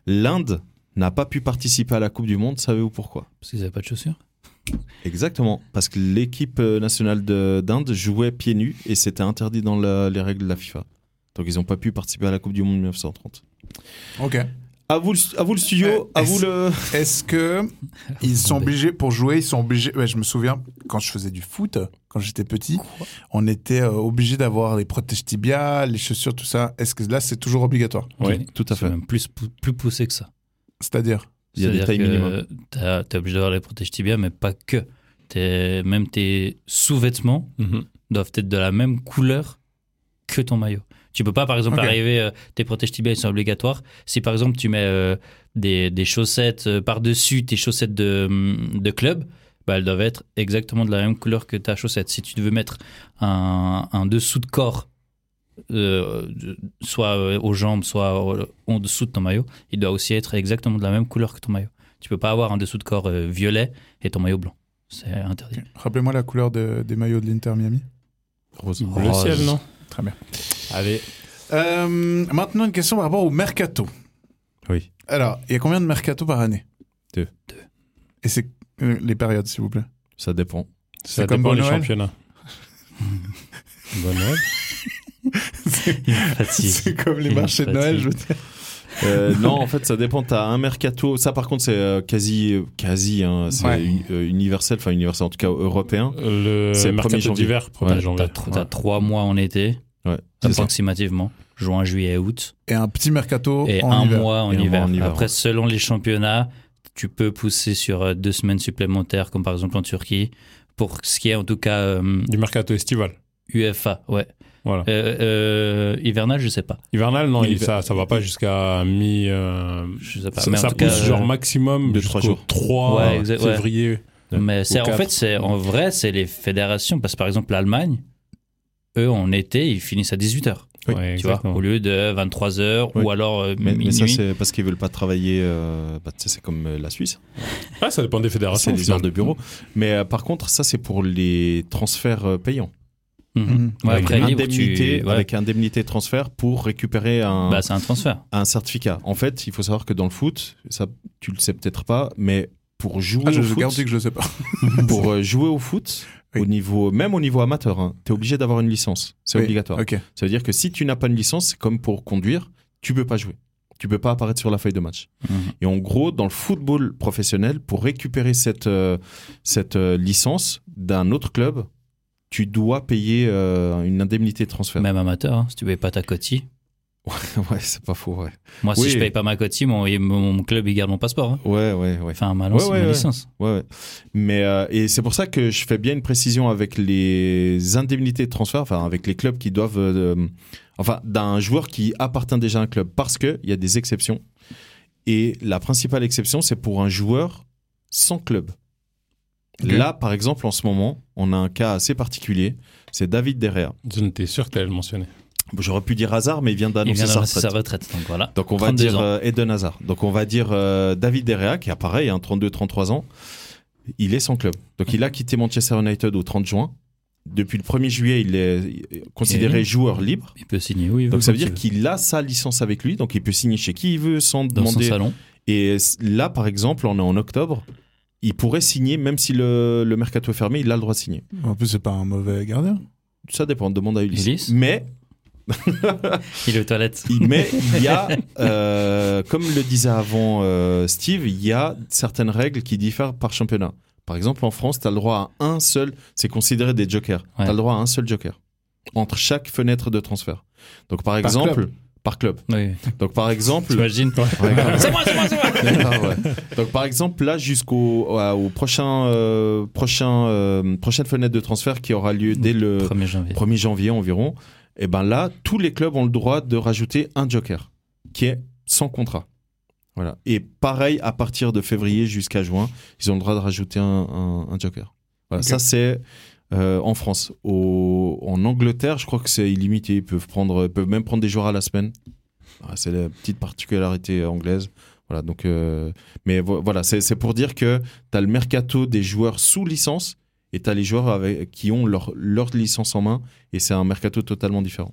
Speaker 3: L'Inde n'a pas pu participer à la Coupe du Monde, savez-vous pourquoi
Speaker 5: Parce qu'ils n'avaient pas de chaussures.
Speaker 3: Exactement, parce que l'équipe euh, nationale de- d'Inde jouait pieds nus et c'était interdit dans la- les règles de la FIFA. Donc ils n'ont pas pu participer à la Coupe du Monde 1930.
Speaker 6: Ok.
Speaker 3: À vous, le stu- à vous le studio,
Speaker 6: Euh,
Speaker 3: à vous
Speaker 6: est-ce-
Speaker 3: le...
Speaker 6: Est-ce que ils sont obligés pour jouer Ils sont obligés. ouais, je me souviens quand je faisais du foot, quand j'étais petit, on était euh, obligé d'avoir les protèges tibias, les chaussures, tout ça. Est-ce que là c'est toujours obligatoire
Speaker 3: Oui, tout à
Speaker 5: C'est
Speaker 3: fait.
Speaker 5: même plus, pou- plus poussé que ça.
Speaker 6: C'est-à-dire
Speaker 3: Il y a des
Speaker 5: C'est-à-dire
Speaker 3: tailles
Speaker 5: que
Speaker 3: minimum.
Speaker 5: T'as, t'es obligé d'avoir les protèges tibias, mais pas que. T'es- même tes sous-vêtements
Speaker 3: Mhm.
Speaker 5: doivent être de la même couleur que ton maillot. Tu peux pas, par exemple,
Speaker 6: Ok.
Speaker 5: arriver, euh, tes protèges tibias, ils sont obligatoires. Si, par exemple, tu mets euh, des, des chaussettes euh, par-dessus tes chaussettes de, hum, de club, bah, elles doivent être exactement de la même couleur que ta chaussette. Si tu veux mettre un, un dessous de corps, euh, de- soit euh, aux jambes, soit au- en dessous de ton maillot, il doit aussi être exactement de la même couleur que ton maillot. Tu peux pas avoir un dessous de corps euh, violet et ton maillot blanc. C'est interdit.
Speaker 6: Rappelez-moi la couleur de- des maillots de l'Inter Miami.
Speaker 4: Le
Speaker 5: Rose.
Speaker 4: ciel, non
Speaker 6: Très bien.
Speaker 4: Allez.
Speaker 6: Euh, maintenant une question par rapport au mercato.
Speaker 3: Oui.
Speaker 6: Alors, il y a combien de mercato par année
Speaker 3: Deux.
Speaker 6: Et c'est euh, les périodes, s'il vous plaît.
Speaker 3: Ça dépend.
Speaker 4: Ça
Speaker 6: comme
Speaker 4: dépend
Speaker 6: Bon
Speaker 4: des
Speaker 6: Noël
Speaker 4: championnats. Bonne Noël.
Speaker 6: C'est comme les
Speaker 5: Il
Speaker 6: marchés de
Speaker 5: fatigue.
Speaker 6: Noël, je veux dire.
Speaker 3: Euh, non, en fait, ça dépend. T'as un mercato. Ça, par contre, c'est euh, quasi, euh, quasi, hein, c'est
Speaker 6: Ouais.
Speaker 3: uni- euh, universel, enfin universel en tout cas européen.
Speaker 4: Le
Speaker 3: C'est le 1er
Speaker 4: mercato
Speaker 3: janvier.
Speaker 4: d'hiver, 1er
Speaker 5: T'as-
Speaker 4: janvier.
Speaker 5: T'as, tro- t'as trois mois en été,
Speaker 3: Ouais.
Speaker 6: C'est ça.
Speaker 5: approximativement, juin, juillet, août,
Speaker 6: Et un petit mercato
Speaker 5: et
Speaker 6: Oh, en
Speaker 5: un
Speaker 6: hiver.
Speaker 5: mois en
Speaker 3: Et un mois
Speaker 5: hiver.
Speaker 3: en hiver,
Speaker 5: Après,
Speaker 3: ouais.
Speaker 5: selon les championnats, tu peux pousser sur euh, deux semaines supplémentaires, comme par exemple en Turquie, pour ce qui est en tout cas euh,
Speaker 4: Du mercato estival.
Speaker 5: UEFA. Ouais.
Speaker 4: Voilà.
Speaker 5: Euh, euh, hivernal, je sais pas.
Speaker 4: Hivernal, non,
Speaker 5: Oui,
Speaker 4: il- ça, ça va pas jusqu'à mi. euh,
Speaker 5: Je sais pas.
Speaker 4: ça
Speaker 5: mais en
Speaker 4: ça
Speaker 5: tout
Speaker 4: pousse
Speaker 5: cas, euh,
Speaker 4: genre maximum
Speaker 3: de
Speaker 4: de
Speaker 3: trois
Speaker 4: 3
Speaker 3: jours.
Speaker 4: 3
Speaker 5: Ouais, exact- ouais.
Speaker 4: février.
Speaker 5: Mais c'est,
Speaker 4: Ou
Speaker 5: en
Speaker 4: quatre.
Speaker 5: fait, c'est, en vrai, c'est les fédérations. Parce que par exemple, l'Allemagne, eux, en été, ils finissent à 18h.
Speaker 3: Oui,
Speaker 4: Ouais,
Speaker 5: Tu vois,
Speaker 4: exactement.
Speaker 5: au lieu de 23h
Speaker 3: Oui.
Speaker 5: ou alors euh,
Speaker 3: Mais, mais
Speaker 5: minuit.
Speaker 3: ça, c'est parce qu'ils veulent pas travailler. euh, bah, tu sais, c'est comme euh, la Suisse.
Speaker 4: Ah, ça dépend des
Speaker 3: C'est
Speaker 4: fédérations. hein. au
Speaker 3: des
Speaker 4: final.
Speaker 3: heures de bureau. Mais euh, par contre, ça, c'est pour les transferts euh, payants.
Speaker 5: Mhm.
Speaker 6: Mhm.
Speaker 5: Ouais,
Speaker 3: avec,
Speaker 5: après, libre,
Speaker 3: indemnité,
Speaker 5: tu- ouais.
Speaker 3: avec indemnité de transfert pour récupérer un,
Speaker 5: Bah, c'est un transfert.
Speaker 3: un certificat. En fait, il faut savoir que dans le foot, ça, tu le sais peut-être pas, mais pour jouer
Speaker 6: Ah, je
Speaker 3: au
Speaker 6: vous
Speaker 3: foot,
Speaker 6: garantis que je le sais pas.
Speaker 3: pour euh, jouer au foot,
Speaker 6: Oui.
Speaker 3: au niveau, même au niveau amateur, tu es obligé d'avoir une licence. C'est
Speaker 6: Oui,
Speaker 3: obligatoire.
Speaker 6: Ok.
Speaker 3: Ça veut dire que si tu n'as pas une licence, c'est comme pour conduire, tu peux pas jouer. Tu peux pas apparaître sur la feuille de match.
Speaker 5: Mhm.
Speaker 3: Et en gros, dans le football professionnel, pour récupérer cette, euh, cette euh, licence d'un autre club, tu dois payer euh, une indemnité de transfert.
Speaker 5: Même amateur, hein, si tu payes pas ta cotie.
Speaker 3: ouais, c'est pas faux, ouais.
Speaker 5: Moi, si
Speaker 3: Oui.
Speaker 5: je paye pas ma cotie, mon, et mon- mon club, il garde mon passeport. hein.
Speaker 3: Ouais, ouais, ouais.
Speaker 5: Enfin, ma, lance-
Speaker 3: Ouais, ouais,
Speaker 5: ma
Speaker 3: ouais.
Speaker 5: licence.
Speaker 3: Ouais, ouais. Mais euh, et c'est pour ça que je fais bien une précision avec les indemnités de transfert, enfin avec les clubs qui doivent, euh, euh, enfin d'un joueur qui appartient déjà à un club, parce que il y a des exceptions. Et la principale exception, c'est pour un joueur sans club.
Speaker 6: Ok.
Speaker 3: Là, par exemple, en ce moment, on a un cas assez particulier. C'est David Derrea.
Speaker 4: Je n'étais sûr que tu allais le mentionner.
Speaker 3: Bon, J'aurais pu dire Hazard, mais il vient
Speaker 5: il
Speaker 3: d'annoncer
Speaker 5: vient
Speaker 3: sa
Speaker 5: d'annoncer
Speaker 3: retraite.
Speaker 5: sa retraite. Donc voilà.
Speaker 3: Donc on va
Speaker 5: 32
Speaker 3: dire
Speaker 5: ans.
Speaker 3: euh, Eden Hazard. Donc on va dire euh, David Derrea qui a pareil, hein, 32-33 ans. Il est sans club. Donc il a quitté Manchester United au 30 juin. Depuis le 1er juillet, il est considéré
Speaker 5: Et-
Speaker 3: joueur libre.
Speaker 5: Il peut signer où il veut.
Speaker 3: Donc ça veut
Speaker 5: quand
Speaker 3: dire
Speaker 5: il
Speaker 3: qu'il a sa licence avec lui, donc il peut signer chez qui il veut sans
Speaker 5: veut. dans son
Speaker 3: demander.
Speaker 5: salon.
Speaker 3: Et s- là, par exemple, on est en octobre, il pourrait signer même si le, le mercato est fermé, il a le droit de signer.
Speaker 6: En plus, c'est pas un mauvais gardien.
Speaker 3: Ça dépend, demande à Ulysse.
Speaker 5: Ulysse
Speaker 3: Mais
Speaker 5: Il est aux toilettes.
Speaker 3: Il- Mais il y a, euh, comme le disait avant euh, Steve, il y a certaines règles qui diffèrent par championnat. Par exemple, en France, tu as le droit à un seul, c'est considéré des jokers.
Speaker 5: Ouais.
Speaker 3: Tu as le droit à un seul joker entre chaque fenêtre de transfert. Donc, par exemple,
Speaker 6: club.
Speaker 3: par club.
Speaker 5: Oui.
Speaker 3: Donc, par exemple,
Speaker 5: T'imagines
Speaker 3: Ouais, grave.
Speaker 5: C'est moi, c'est moi, c'est moi
Speaker 3: D'accord, ouais. Donc par exemple là jusqu'au à- au prochain euh, prochain euh, prochaine fenêtre de transfert qui aura lieu dès le
Speaker 5: 1er janvier.
Speaker 3: 1er janvier environ, et ben là, tous les clubs ont le droit de rajouter un joker qui est sans contrat. Voilà. Et pareil, à partir de février jusqu'à juin, ils ont le droit de rajouter un, un- un joker. Voilà,
Speaker 6: Ok.
Speaker 3: Ça, c'est euh, en France. Au- en Angleterre, je crois que c'est illimité. Ils peuvent, prendre, ils peuvent même prendre des joueurs à la semaine. Ah, c'est la petite particularité anglaise. Voilà, donc, euh, mais vo- voilà, c'est c'est pour dire que tu as le mercato des joueurs sous licence et tu as les joueurs avec, qui ont leur, leur licence en main. Et c'est un mercato totalement différent.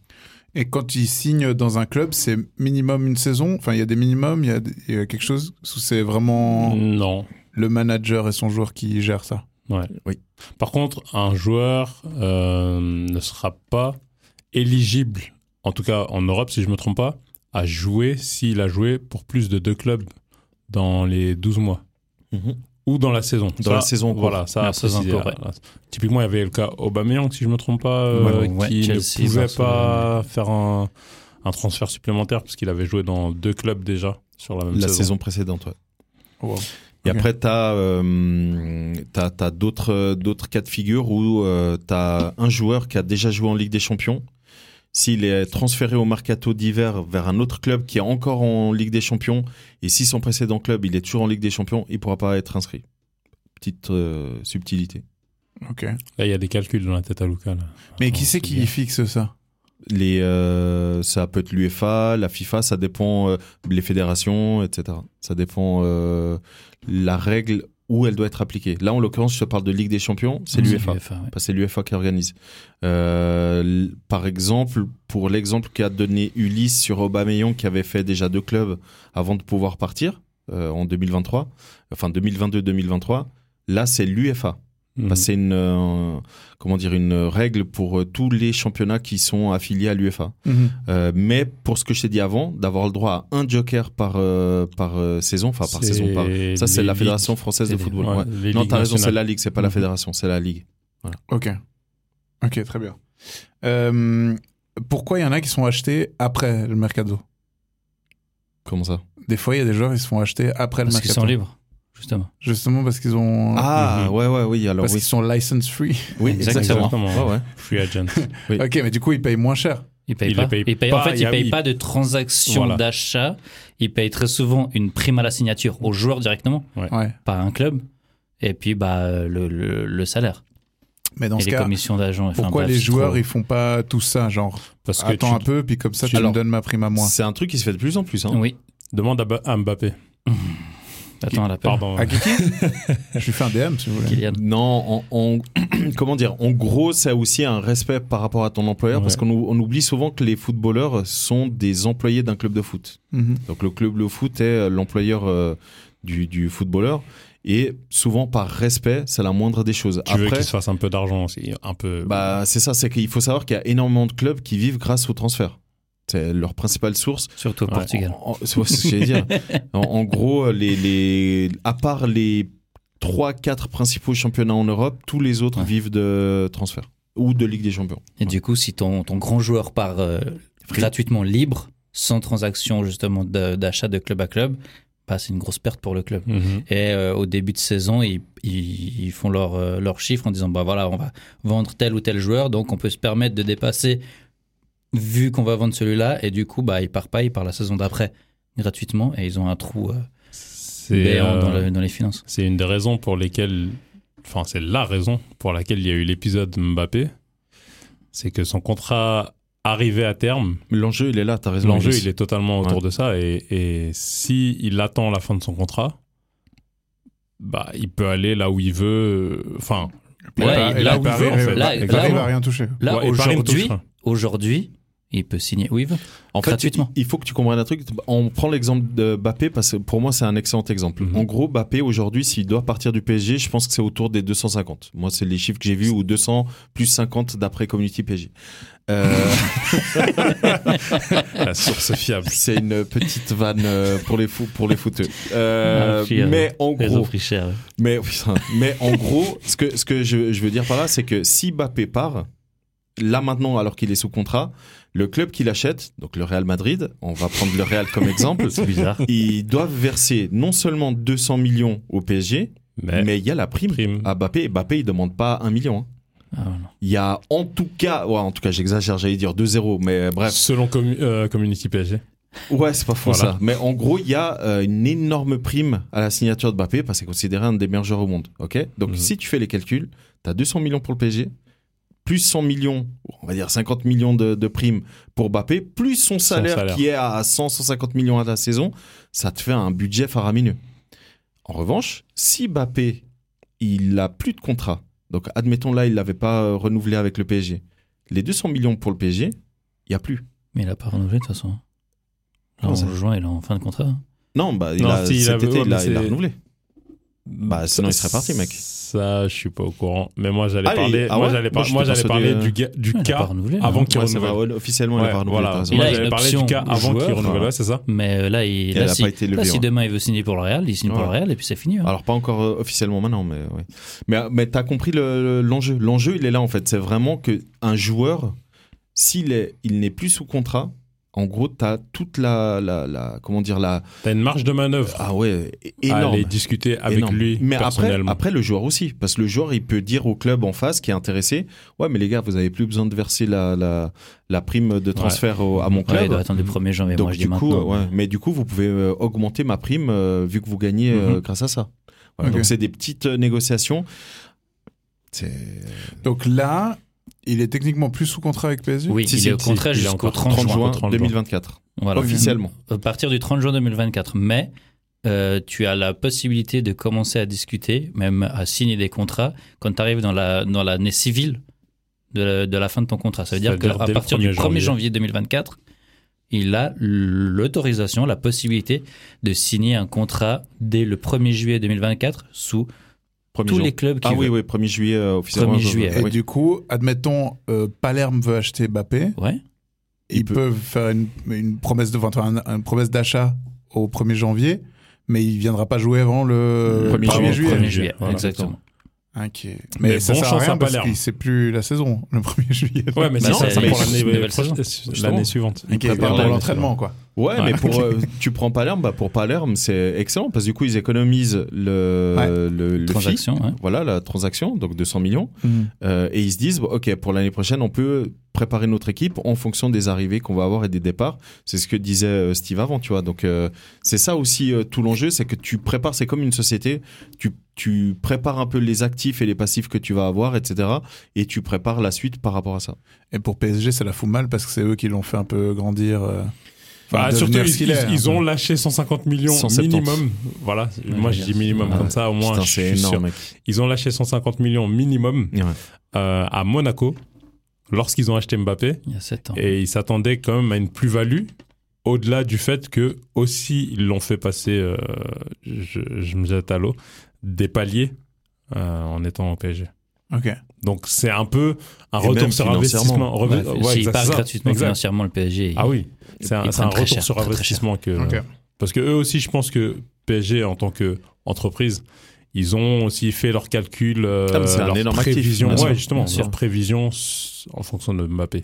Speaker 6: Et quand ils signent dans un club, c'est minimum une saison. Enfin, il y a des minimums, il y a- il y, a quelque chose où c'est vraiment
Speaker 5: Mm.
Speaker 4: Non.
Speaker 6: le manager et son joueur qui gèrent ça.
Speaker 4: Par contre, un joueur euh, ne sera pas éligible, en tout cas en Europe, si je ne me trompe pas, à jouer s'il a joué pour plus de deux clubs dans les 12 mois ou dans la saison.
Speaker 3: Dans
Speaker 4: Ça,
Speaker 3: la saison en cours.
Speaker 4: Voilà, ça
Speaker 5: La
Speaker 4: a
Speaker 5: saison en
Speaker 4: précisé.
Speaker 5: cours, ouais.
Speaker 4: Voilà. Typiquement, il y avait le cas Aubameyang, si je ne me trompe pas, euh,
Speaker 5: Ouais, ouais,
Speaker 4: qui
Speaker 5: Chelsea,
Speaker 4: ne pouvait
Speaker 5: Barcelone.
Speaker 4: pas faire un, un transfert supplémentaire parce qu'il avait joué dans deux clubs déjà sur la même
Speaker 3: La
Speaker 4: saison.
Speaker 3: saison précédente, ouais.
Speaker 6: Wow.
Speaker 3: Et
Speaker 6: Ok.
Speaker 3: après, tu as, d'autres, euh, d'autres cas de figure où tu as un joueur qui a déjà joué en Ligue des Champions. S'il est transféré au mercato d'hiver vers un autre club qui est encore en Ligue des Champions, et si son précédent club il est toujours en Ligue des Champions, il pourra pas être inscrit. Petite euh, subtilité.
Speaker 6: Ok.
Speaker 4: Là, il y a des calculs dans la tête à Luca. là.
Speaker 6: Mais qui
Speaker 4: Ah,
Speaker 6: c'est
Speaker 4: c'est
Speaker 6: qui
Speaker 4: bien.
Speaker 6: fixe ça
Speaker 3: Les, euh, ça peut être l'UEFA, la FIFA, ça dépend euh, les fédérations, etc. Ça dépend euh, la règle où elle doit être appliquée. Là, en l'occurrence, je te parle de Ligue des Champions, c'est l'UEFA.
Speaker 5: ouais.
Speaker 3: Parce que c'est l'UFA qui organise. Euh, l- par exemple, pour l'exemple qu'a donné Ulysse sur Aubameyang, qui avait fait déjà deux clubs avant de pouvoir partir euh, en 2023, enfin 2022-2023, là c'est l'UFA.
Speaker 4: Mhm.
Speaker 3: Bah, c'est une, euh, comment dire, une règle pour euh, tous les championnats qui sont affiliés à l'UFA. mais pour ce que je t'ai dit avant, d'avoir le droit à un joker par, euh, par euh, saison, enfin par
Speaker 4: C'est
Speaker 3: saison, par- ça c'est
Speaker 4: les
Speaker 3: la
Speaker 4: ligues.
Speaker 3: Fédération française de football.
Speaker 4: Ouais,
Speaker 3: ouais.
Speaker 4: les
Speaker 3: Non,
Speaker 4: ligues
Speaker 3: t'as raison, c'est
Speaker 4: nationales.
Speaker 3: la Ligue, c'est pas la
Speaker 4: Mhm.
Speaker 3: Fédération, c'est la Ligue.
Speaker 6: Ok. Ok, très bien. Euh, pourquoi il y en a qui sont achetés après le mercado
Speaker 3: Comment ça
Speaker 6: Des fois, il y a des joueurs qui se font acheter après
Speaker 5: Parce
Speaker 6: le
Speaker 5: qu'ils
Speaker 6: mercato.
Speaker 5: sont libres, justement.
Speaker 6: Justement parce qu'ils ont.
Speaker 3: Ah
Speaker 4: Mhm.
Speaker 3: ouais ouais oui alors
Speaker 6: parce
Speaker 3: oui
Speaker 6: qu'ils sont license free.
Speaker 3: oui
Speaker 5: Exactement.
Speaker 3: exactement. Ouais, ouais.
Speaker 4: Free agent.
Speaker 6: ok, mais du coup, ils payent moins cher.
Speaker 5: Ils payent
Speaker 4: Ils
Speaker 5: pas.
Speaker 4: les payent
Speaker 5: Ils payent- en
Speaker 4: pas,
Speaker 5: fait, ils
Speaker 4: Yahoo.
Speaker 5: payent pas de transaction
Speaker 4: Voilà.
Speaker 5: d'achat. Ils payent très souvent une prime à la signature au joueur directement,
Speaker 6: Ouais.
Speaker 5: par un club. Et puis, bah, le, le- le salaire.
Speaker 6: Mais dans
Speaker 5: et
Speaker 6: ce
Speaker 5: les
Speaker 6: cas,
Speaker 5: commissions d'agents. Enfin,
Speaker 6: pourquoi
Speaker 5: bref,
Speaker 6: les
Speaker 5: c'est trop-
Speaker 6: joueurs, ils font pas tout ça Genre,
Speaker 4: Parce que
Speaker 6: attends un
Speaker 4: tu
Speaker 6: peu, puis comme ça, tu
Speaker 3: Alors-
Speaker 6: me donnes ma prime à moi.
Speaker 3: C'est un truc qui se fait de plus en plus. Hein.
Speaker 5: Oui.
Speaker 4: demandes à Ba- à Mbappé.
Speaker 5: Attends, la peur.
Speaker 4: Pardon. hein,
Speaker 6: À Kiki Je lui fais un DM, si vous voulez.
Speaker 5: Kylian.
Speaker 3: Non, en, en- comment dire En gros, c'est aussi un respect par rapport à ton employeur parce
Speaker 4: Ouais.
Speaker 3: qu'on ou- on oublie souvent que les footballeurs sont des employés d'un club de foot.
Speaker 6: Mhm.
Speaker 3: Donc le club de foot est euh, l'employeur euh, du, du footballeur et souvent par respect, c'est la moindre des choses.
Speaker 4: Tu veux
Speaker 3: Après,
Speaker 4: qu'il se fasse un peu d'argent aussi, un peu.
Speaker 3: bah c'est ça, c'est qu'il faut savoir qu'il y a énormément de clubs qui vivent grâce aux transferts. C'est leur principale source.
Speaker 5: Surtout au
Speaker 4: Ouais.
Speaker 5: Portugal.
Speaker 3: En- en- c'est ce que j'allais dire. En, en gros, les, les, à part les 3-4 principaux championnats en Europe, tous les autres
Speaker 5: Ouais.
Speaker 3: vivent de transfert ou de Ligue des Champions.
Speaker 5: Et du coup, si ton, ton grand joueur part euh, gratuitement libre, sans transaction justement de- d'achat de club à club, bah, c'est une grosse perte pour le club.
Speaker 4: Mhm.
Speaker 5: Et euh, au début de saison, ils, ils, ils font leur, euh, leur chiffre en disant bah voilà, on va vendre tel ou tel joueur, donc on peut se permettre de dépasser vu qu'on va vendre celui-là. Et du coup, bah, il part pas, il part la saison d'après gratuitement et ils ont un trou euh,
Speaker 4: C'est
Speaker 5: béant dans,
Speaker 4: euh,
Speaker 5: le- dans les finances.
Speaker 4: c'est une des raisons pour lesquelles. Enfin, c'est la raison pour laquelle il y a eu l'épisode Mbappé. C'est que son contrat arrivait à terme.
Speaker 3: L'enjeu, il est là, t'as raison.
Speaker 4: L'enjeu,
Speaker 3: Ulysse.
Speaker 4: il est totalement autour de ça. Et, et si il attend la fin de son contrat, bah, il peut aller là où il veut. Enfin,
Speaker 5: Ouais,
Speaker 6: Paris-
Speaker 5: il-
Speaker 6: et
Speaker 5: là
Speaker 4: où il
Speaker 6: Paris,
Speaker 4: veut, en fait.
Speaker 5: Là-
Speaker 6: Paris
Speaker 5: là où-
Speaker 6: va rien toucher.
Speaker 5: Là,
Speaker 4: ouais, et Paris me
Speaker 5: aujourd'hui,
Speaker 4: touche, hein.
Speaker 5: aujourd'hui, il peut signer où il veut.
Speaker 3: En fait,
Speaker 5: gratuitement.
Speaker 3: il faut que tu comprennes un truc. On prend l'exemple de Mbappé parce que pour moi, c'est un excellent exemple.
Speaker 4: Mhm.
Speaker 3: En gros, Mbappé, aujourd'hui, s'il doit partir du PSG, je pense que c'est autour des 250. Moi, c'est les chiffres que j'ai vus ou 200 plus 50 d'après Community PSG. Euh,
Speaker 4: la source fiable.
Speaker 3: c'est une petite vanne euh, pour les fous, pour les fouteux. Euh,
Speaker 5: Ah, fier.
Speaker 3: mais en gros,
Speaker 5: cher.
Speaker 3: Mais, putain, mais en gros, ce que, ce que je, je veux dire par là, c'est que si Mbappé part, là maintenant, alors qu'il est sous contrat, le club qu'il achète, donc le Real Madrid, on va prendre le Real comme exemple,
Speaker 5: C'est bizarre.
Speaker 3: ils doivent verser non seulement 200 millions au PSG,
Speaker 4: Mais,
Speaker 3: mais ah, il y a la prime
Speaker 4: prime.
Speaker 3: à Mbappé. Et Mbappé, il demande pas 1 million. hein.
Speaker 5: Ah, non.
Speaker 3: Il y a en tout cas, ouais, en tout cas, j'exagère, j'allais dire 2-0, mais bref.
Speaker 4: Selon commu- euh, Community PSG.
Speaker 3: Ouais, c'est pas faux
Speaker 4: Voilà.
Speaker 3: ça. Mais en gros, il y a euh, une énorme prime à la signature de Mbappé parce que c'est considéré un des meilleurs joueurs au monde. Ok Donc
Speaker 4: Mhm.
Speaker 3: si tu fais les calculs, T'as 200 millions pour le PSG, plus 100 millions, on va dire 50 millions de, de primes pour Mbappé, plus son salaire,
Speaker 4: salaire.
Speaker 3: qui est à 100, 150 millions à la saison, ça te fait un budget faramineux. En revanche, si Mbappé, il a plus de contrat, donc admettons là, il l'avait pas euh, renouvelé avec le PSG, les 200 millions pour le PSG, il y a plus.
Speaker 5: Mais il a pas renouvelé de toute façon. Là,
Speaker 3: Comment
Speaker 5: en
Speaker 3: ça
Speaker 5: juin, il est en fin de contrat.
Speaker 3: Non, bah, il
Speaker 4: Non,
Speaker 3: a,
Speaker 4: si, il
Speaker 3: cet
Speaker 4: avait-
Speaker 3: été,
Speaker 4: ouais,
Speaker 3: il, a,
Speaker 4: mais
Speaker 3: il a
Speaker 4: c'est-
Speaker 3: renouvelé. Bah, sinon, il
Speaker 4: Ça-
Speaker 3: serait parti, mec.
Speaker 4: Ça, je suis pas au courant. Mais moi, j'allais
Speaker 3: Ah,
Speaker 4: parler,
Speaker 3: il- ah
Speaker 4: moi,
Speaker 3: ouais
Speaker 4: j'allais
Speaker 3: Moi,
Speaker 4: par-
Speaker 3: j'étais
Speaker 4: moi, j'allais
Speaker 3: persuadé,
Speaker 4: parler
Speaker 3: euh,
Speaker 4: du, ga- du
Speaker 5: Il a pas
Speaker 4: cas
Speaker 5: renouvelé.
Speaker 4: avant
Speaker 5: hein.
Speaker 4: qu'il
Speaker 3: Ouais, c'est vrai,
Speaker 4: renouvelle.
Speaker 3: ouais, officiellement, il
Speaker 4: Ouais,
Speaker 3: a pas renouvelé,
Speaker 4: voilà.
Speaker 3: t'as raison.
Speaker 5: Il
Speaker 4: Moi,
Speaker 5: a
Speaker 4: j'allais
Speaker 5: une
Speaker 4: parler du
Speaker 5: option
Speaker 4: cas avant qu'il
Speaker 5: joueur,
Speaker 4: renouvelle,
Speaker 3: enfin.
Speaker 4: ouais, c'est ça
Speaker 5: Mais euh, là, il,
Speaker 3: Et
Speaker 5: là,
Speaker 3: elle a
Speaker 5: si,
Speaker 3: pas été
Speaker 5: là,
Speaker 3: levée,
Speaker 5: si
Speaker 3: hein.
Speaker 5: demain il veut signer pour le Real, il signe pour
Speaker 3: Ouais.
Speaker 5: le Real et puis c'est fini. hein.
Speaker 3: Alors pas encore euh, officiellement maintenant, mais ouais. Mais, mais t'as compris le- le- l'enjeu. l'enjeu, il est là en fait. C'est vraiment que un joueur, s'il est, il n'est plus sous contrat, en gros, t'as toute la, la, la- comment dire, la,
Speaker 4: T'as une marge de manœuvre
Speaker 3: ah ouais, é-
Speaker 4: à
Speaker 3: énorme.
Speaker 4: aller discuter avec
Speaker 3: énorme.
Speaker 4: lui
Speaker 3: mais après,
Speaker 4: personnellement.
Speaker 3: après le joueur aussi, parce que le joueur il peut dire au club en face qui est intéressé, ouais mais les gars vous avez plus besoin de verser la, la, la prime de transfert au- à mon
Speaker 5: Ouais, il
Speaker 3: club,
Speaker 5: doit attendre le 1er janvier.
Speaker 3: bah, donc
Speaker 5: moi, je dis
Speaker 3: du coup,
Speaker 5: maintenant.
Speaker 3: euh, ouais. mais du coup, vous pouvez euh, augmenter ma prime euh, vu que vous gagnez euh,
Speaker 4: Mhm.
Speaker 3: grâce à ça. Voilà,
Speaker 6: Ok.
Speaker 3: Donc c'est des petites euh, négociations. C'est-
Speaker 6: Donc là, il est techniquement plus sous contrat avec PSG
Speaker 5: Oui,
Speaker 4: Si,
Speaker 5: il
Speaker 4: si,
Speaker 5: est au
Speaker 4: si,
Speaker 5: contrat
Speaker 4: il est
Speaker 5: jusqu'au
Speaker 4: encore
Speaker 5: 30 juin.
Speaker 4: 30 juin.
Speaker 3: 2024
Speaker 5: Voilà. Euh,
Speaker 3: officiellement.
Speaker 5: À partir du 30 juin 2024. Mais euh, tu as la possibilité de commencer à discuter, même à signer des contrats, quand tu arrives dans la, dans l'année civile de la, de la fin de ton contrat. Ça veut dire
Speaker 4: C'est-à-dire
Speaker 5: qu'à
Speaker 4: dès le
Speaker 5: partir du 1er
Speaker 4: 1er
Speaker 5: janvier.
Speaker 4: janvier.
Speaker 5: 2024, il a l'autorisation, la possibilité de signer un contrat dès le 1er juillet 2024 sous
Speaker 3: Premier
Speaker 5: tous
Speaker 3: jour.
Speaker 5: les clubs qui
Speaker 3: Ah oui,
Speaker 5: veulent.
Speaker 3: oui, 1er juillet euh, officiellement.
Speaker 5: 1er
Speaker 3: je-
Speaker 5: juillet,
Speaker 6: Et
Speaker 3: oui.
Speaker 6: du coup, admettons, euh, Palerme veut acheter Mbappé.
Speaker 5: Ouais.
Speaker 6: Ils
Speaker 3: peut-
Speaker 6: peuvent faire une, une promesse de, enfin, un- une promesse d'achat au 1er janvier, mais il viendra pas jouer avant
Speaker 3: Le
Speaker 6: le
Speaker 3: 1er
Speaker 6: 1er
Speaker 3: juillet.
Speaker 6: juillet.
Speaker 5: Premier juillet,
Speaker 4: Voilà.
Speaker 5: exactement.
Speaker 6: Ok. Hein, Mais,
Speaker 4: Mais
Speaker 6: ça
Speaker 4: bon
Speaker 6: sert à
Speaker 4: chance
Speaker 6: rien
Speaker 4: à
Speaker 6: parce
Speaker 4: Palerme.
Speaker 6: qu'il sait plus la saison, hein, le 1er juillet.
Speaker 4: hein. Ouais, mais
Speaker 5: Bah
Speaker 4: c'est
Speaker 5: non,
Speaker 4: ça,
Speaker 5: c'est
Speaker 4: c'est pour
Speaker 5: juste
Speaker 4: l'année
Speaker 5: une nouvelle
Speaker 4: prochaine-
Speaker 5: Justement.
Speaker 4: l'année suivante.
Speaker 6: Ok,
Speaker 3: prépare
Speaker 6: pour
Speaker 3: la-
Speaker 6: l'entraînement, quoi.
Speaker 3: Ouais,
Speaker 4: Ouais.
Speaker 3: mais pour euh, tu prends Palerme, bah pour Palerme c'est excellent parce que du coup ils économisent le
Speaker 6: Ouais.
Speaker 3: le, le fee.
Speaker 5: Transaction, ouais.
Speaker 3: Voilà la transaction, donc 200 millions.
Speaker 4: Mm.
Speaker 3: Euh, et ils se disent, bon, OK, pour l'année prochaine, on peut préparer notre équipe en fonction des arrivées qu'on va avoir et des départs. C'est ce que disait euh, Steve avant, tu vois. Donc, euh, c'est ça aussi euh, tout l'enjeu, c'est que tu prépares, c'est comme une société, tu, tu prépares un peu les actifs et les passifs que tu vas avoir, etc. Et tu prépares la suite par rapport à ça.
Speaker 6: Et pour PSG, ça la fout mal parce que c'est eux qui l'ont fait un peu grandir. euh,
Speaker 4: Bah,
Speaker 6: devenir
Speaker 4: surtout,
Speaker 6: ce
Speaker 4: ils,
Speaker 6: qu'il est,
Speaker 4: ils-
Speaker 6: hein.
Speaker 4: ils ont lâché 150 millions
Speaker 3: 170.
Speaker 4: minimum. Voilà, moi je dis minimum
Speaker 3: Ouais.
Speaker 4: comme ça, au moins
Speaker 3: Putain,
Speaker 4: je
Speaker 3: c'est
Speaker 4: suis sûr.
Speaker 3: énorme, mec.
Speaker 4: Ils ont lâché 150 millions minimum
Speaker 3: Ouais.
Speaker 4: euh, à Monaco lorsqu'ils ont acheté Mbappé.
Speaker 5: Il y a 7 ans.
Speaker 4: Et ils s'attendaient quand même à une plus-value, au-delà du fait que aussi ils l'ont fait passer, euh, je, je me jette à l'eau, des paliers euh, en étant au PSG.
Speaker 6: Mm. Ok.
Speaker 4: Donc c'est un peu un
Speaker 3: Et même
Speaker 4: retour sur
Speaker 3: financièrement.
Speaker 4: investissement. Reve-
Speaker 5: Ouais,
Speaker 4: Euh, ouais,
Speaker 5: S'il
Speaker 4: exact,
Speaker 5: part
Speaker 4: c'est ça.
Speaker 5: gratuitement
Speaker 4: Exact.
Speaker 5: financièrement, le PSG.
Speaker 4: Ah oui, c'est un,
Speaker 5: Ils
Speaker 4: c'est un
Speaker 5: prennent très
Speaker 4: retour
Speaker 5: cher,
Speaker 4: sur
Speaker 5: très, très
Speaker 4: investissement que
Speaker 6: Ok.
Speaker 4: parce que eux aussi, je pense que PSG en tant que entreprise, ils ont aussi fait leurs calculs, euh,
Speaker 3: Ah, mais c'est un
Speaker 4: leurs
Speaker 3: énorme actif,
Speaker 4: prévisions,
Speaker 3: bien sûr.
Speaker 4: ouais, justement,
Speaker 5: Bien sûr.
Speaker 4: leurs prévisions s- en fonction de Mbappé.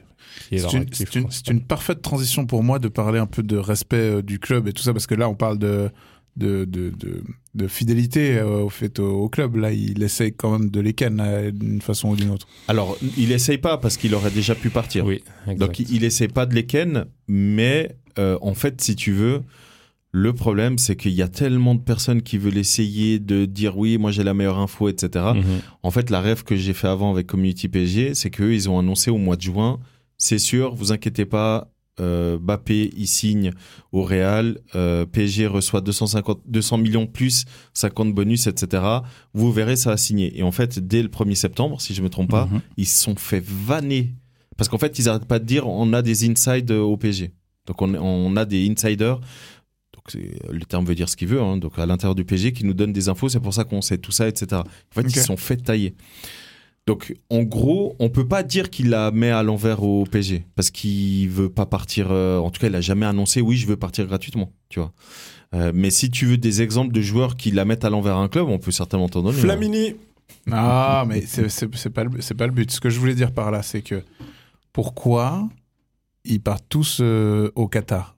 Speaker 4: qui est leur
Speaker 6: C'est une,
Speaker 4: actif
Speaker 6: c'est une-
Speaker 4: principal.
Speaker 6: c'est une parfaite transition pour moi de parler un peu de respect euh, du club et tout ça, parce que là, on parle de, de, de, de, de fidélité euh, au fait au, au club. Là, il essaie quand même de les cannes euh, d'une façon ou d'une autre.
Speaker 3: Alors, il essaye pas parce qu'il aurait déjà pu partir.
Speaker 4: Oui, exact.
Speaker 3: Donc il il essaie pas de les ken, mais euh, en fait, si tu veux, le problème, c'est qu'il y a tellement de personnes qui veulent essayer de dire oui, moi j'ai la meilleure info, etc.
Speaker 4: Mhm.
Speaker 3: En fait, la rêve que j'ai fait avant avec Community PSG, c'est qu'eux, ils ont annoncé au mois de juin, c'est sûr, vous inquiétez pas, euh, Mbappé, il signe au Real, euh, PSG reçoit 250, 200 millions plus 50 bonus, etc. Vous verrez, ça a signé. Et en fait, dès le 1er septembre, si je me trompe pas,
Speaker 5: Mhm.
Speaker 3: ils se sont fait vanner. Parce qu'en fait, ils n'arrêtent pas de dire on a des insides euh, au PSG. Donc on, on a des insiders. Donc c'est- le terme veut dire ce qu'il veut. hein. donc à l'intérieur du PSG qui nous donnent des infos, c'est pour ça qu'on sait tout ça, etc. En fait,
Speaker 6: Ok.
Speaker 3: ils se sont fait tailler. Donc en gros, on peut pas dire qu'il la met à l'envers au PSG parce qu'il veut pas partir. euh, en tout cas, il a jamais annoncé oui, je veux partir gratuitement. Tu vois. Euh, mais si tu veux des exemples de joueurs qui la mettent à l'envers à un club, on peut certainement t'en donner. hein.
Speaker 4: Flamini.
Speaker 6: Ah, mais c'est- c'est c'est pas, le but- c'est pas le but. Ce que je voulais dire par là, c'est que pourquoi ils partent tous euh, au Qatar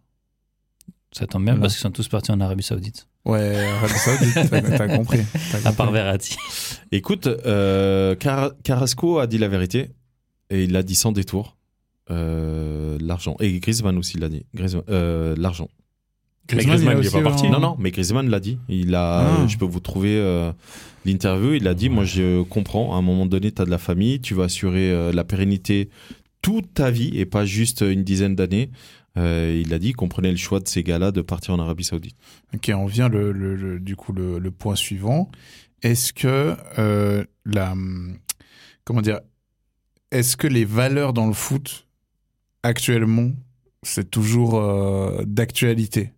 Speaker 5: Ça tombe bien
Speaker 6: Voilà.
Speaker 5: parce qu'ils sont tous partis en Arabie Saoudite.
Speaker 6: Ouais, Arabie Saoudite, t'as t'as compris. t'as
Speaker 5: À
Speaker 6: compris.
Speaker 5: part Verratti.
Speaker 3: Écoute, euh, Car- Carrasco a dit la vérité et il l'a dit sans détour. Euh, l'argent. Et Griezmann aussi l'a dit. Griezmann- euh, l'argent.
Speaker 6: Griezmann,
Speaker 4: Griezmann, il est
Speaker 6: aussi,
Speaker 4: pas parti.
Speaker 6: hein.
Speaker 3: Non, non, mais Griezmann l'a dit. Il a,
Speaker 6: Ah.
Speaker 3: Je peux vous trouver euh, l'interview. Il a dit, moi je comprends, à un moment donné, tu as de la famille, tu vas assurer euh, la pérennité toute ta vie et pas juste une dizaine d'années. Euh, il a dit, comprenez le choix de ces gars-là de partir en Arabie Saoudite.
Speaker 6: Ok, on vient le, le- le- du coup le, le point suivant. Est-ce que euh, la comment dire Est-ce que les valeurs dans le foot actuellement c'est toujours euh, d'actualité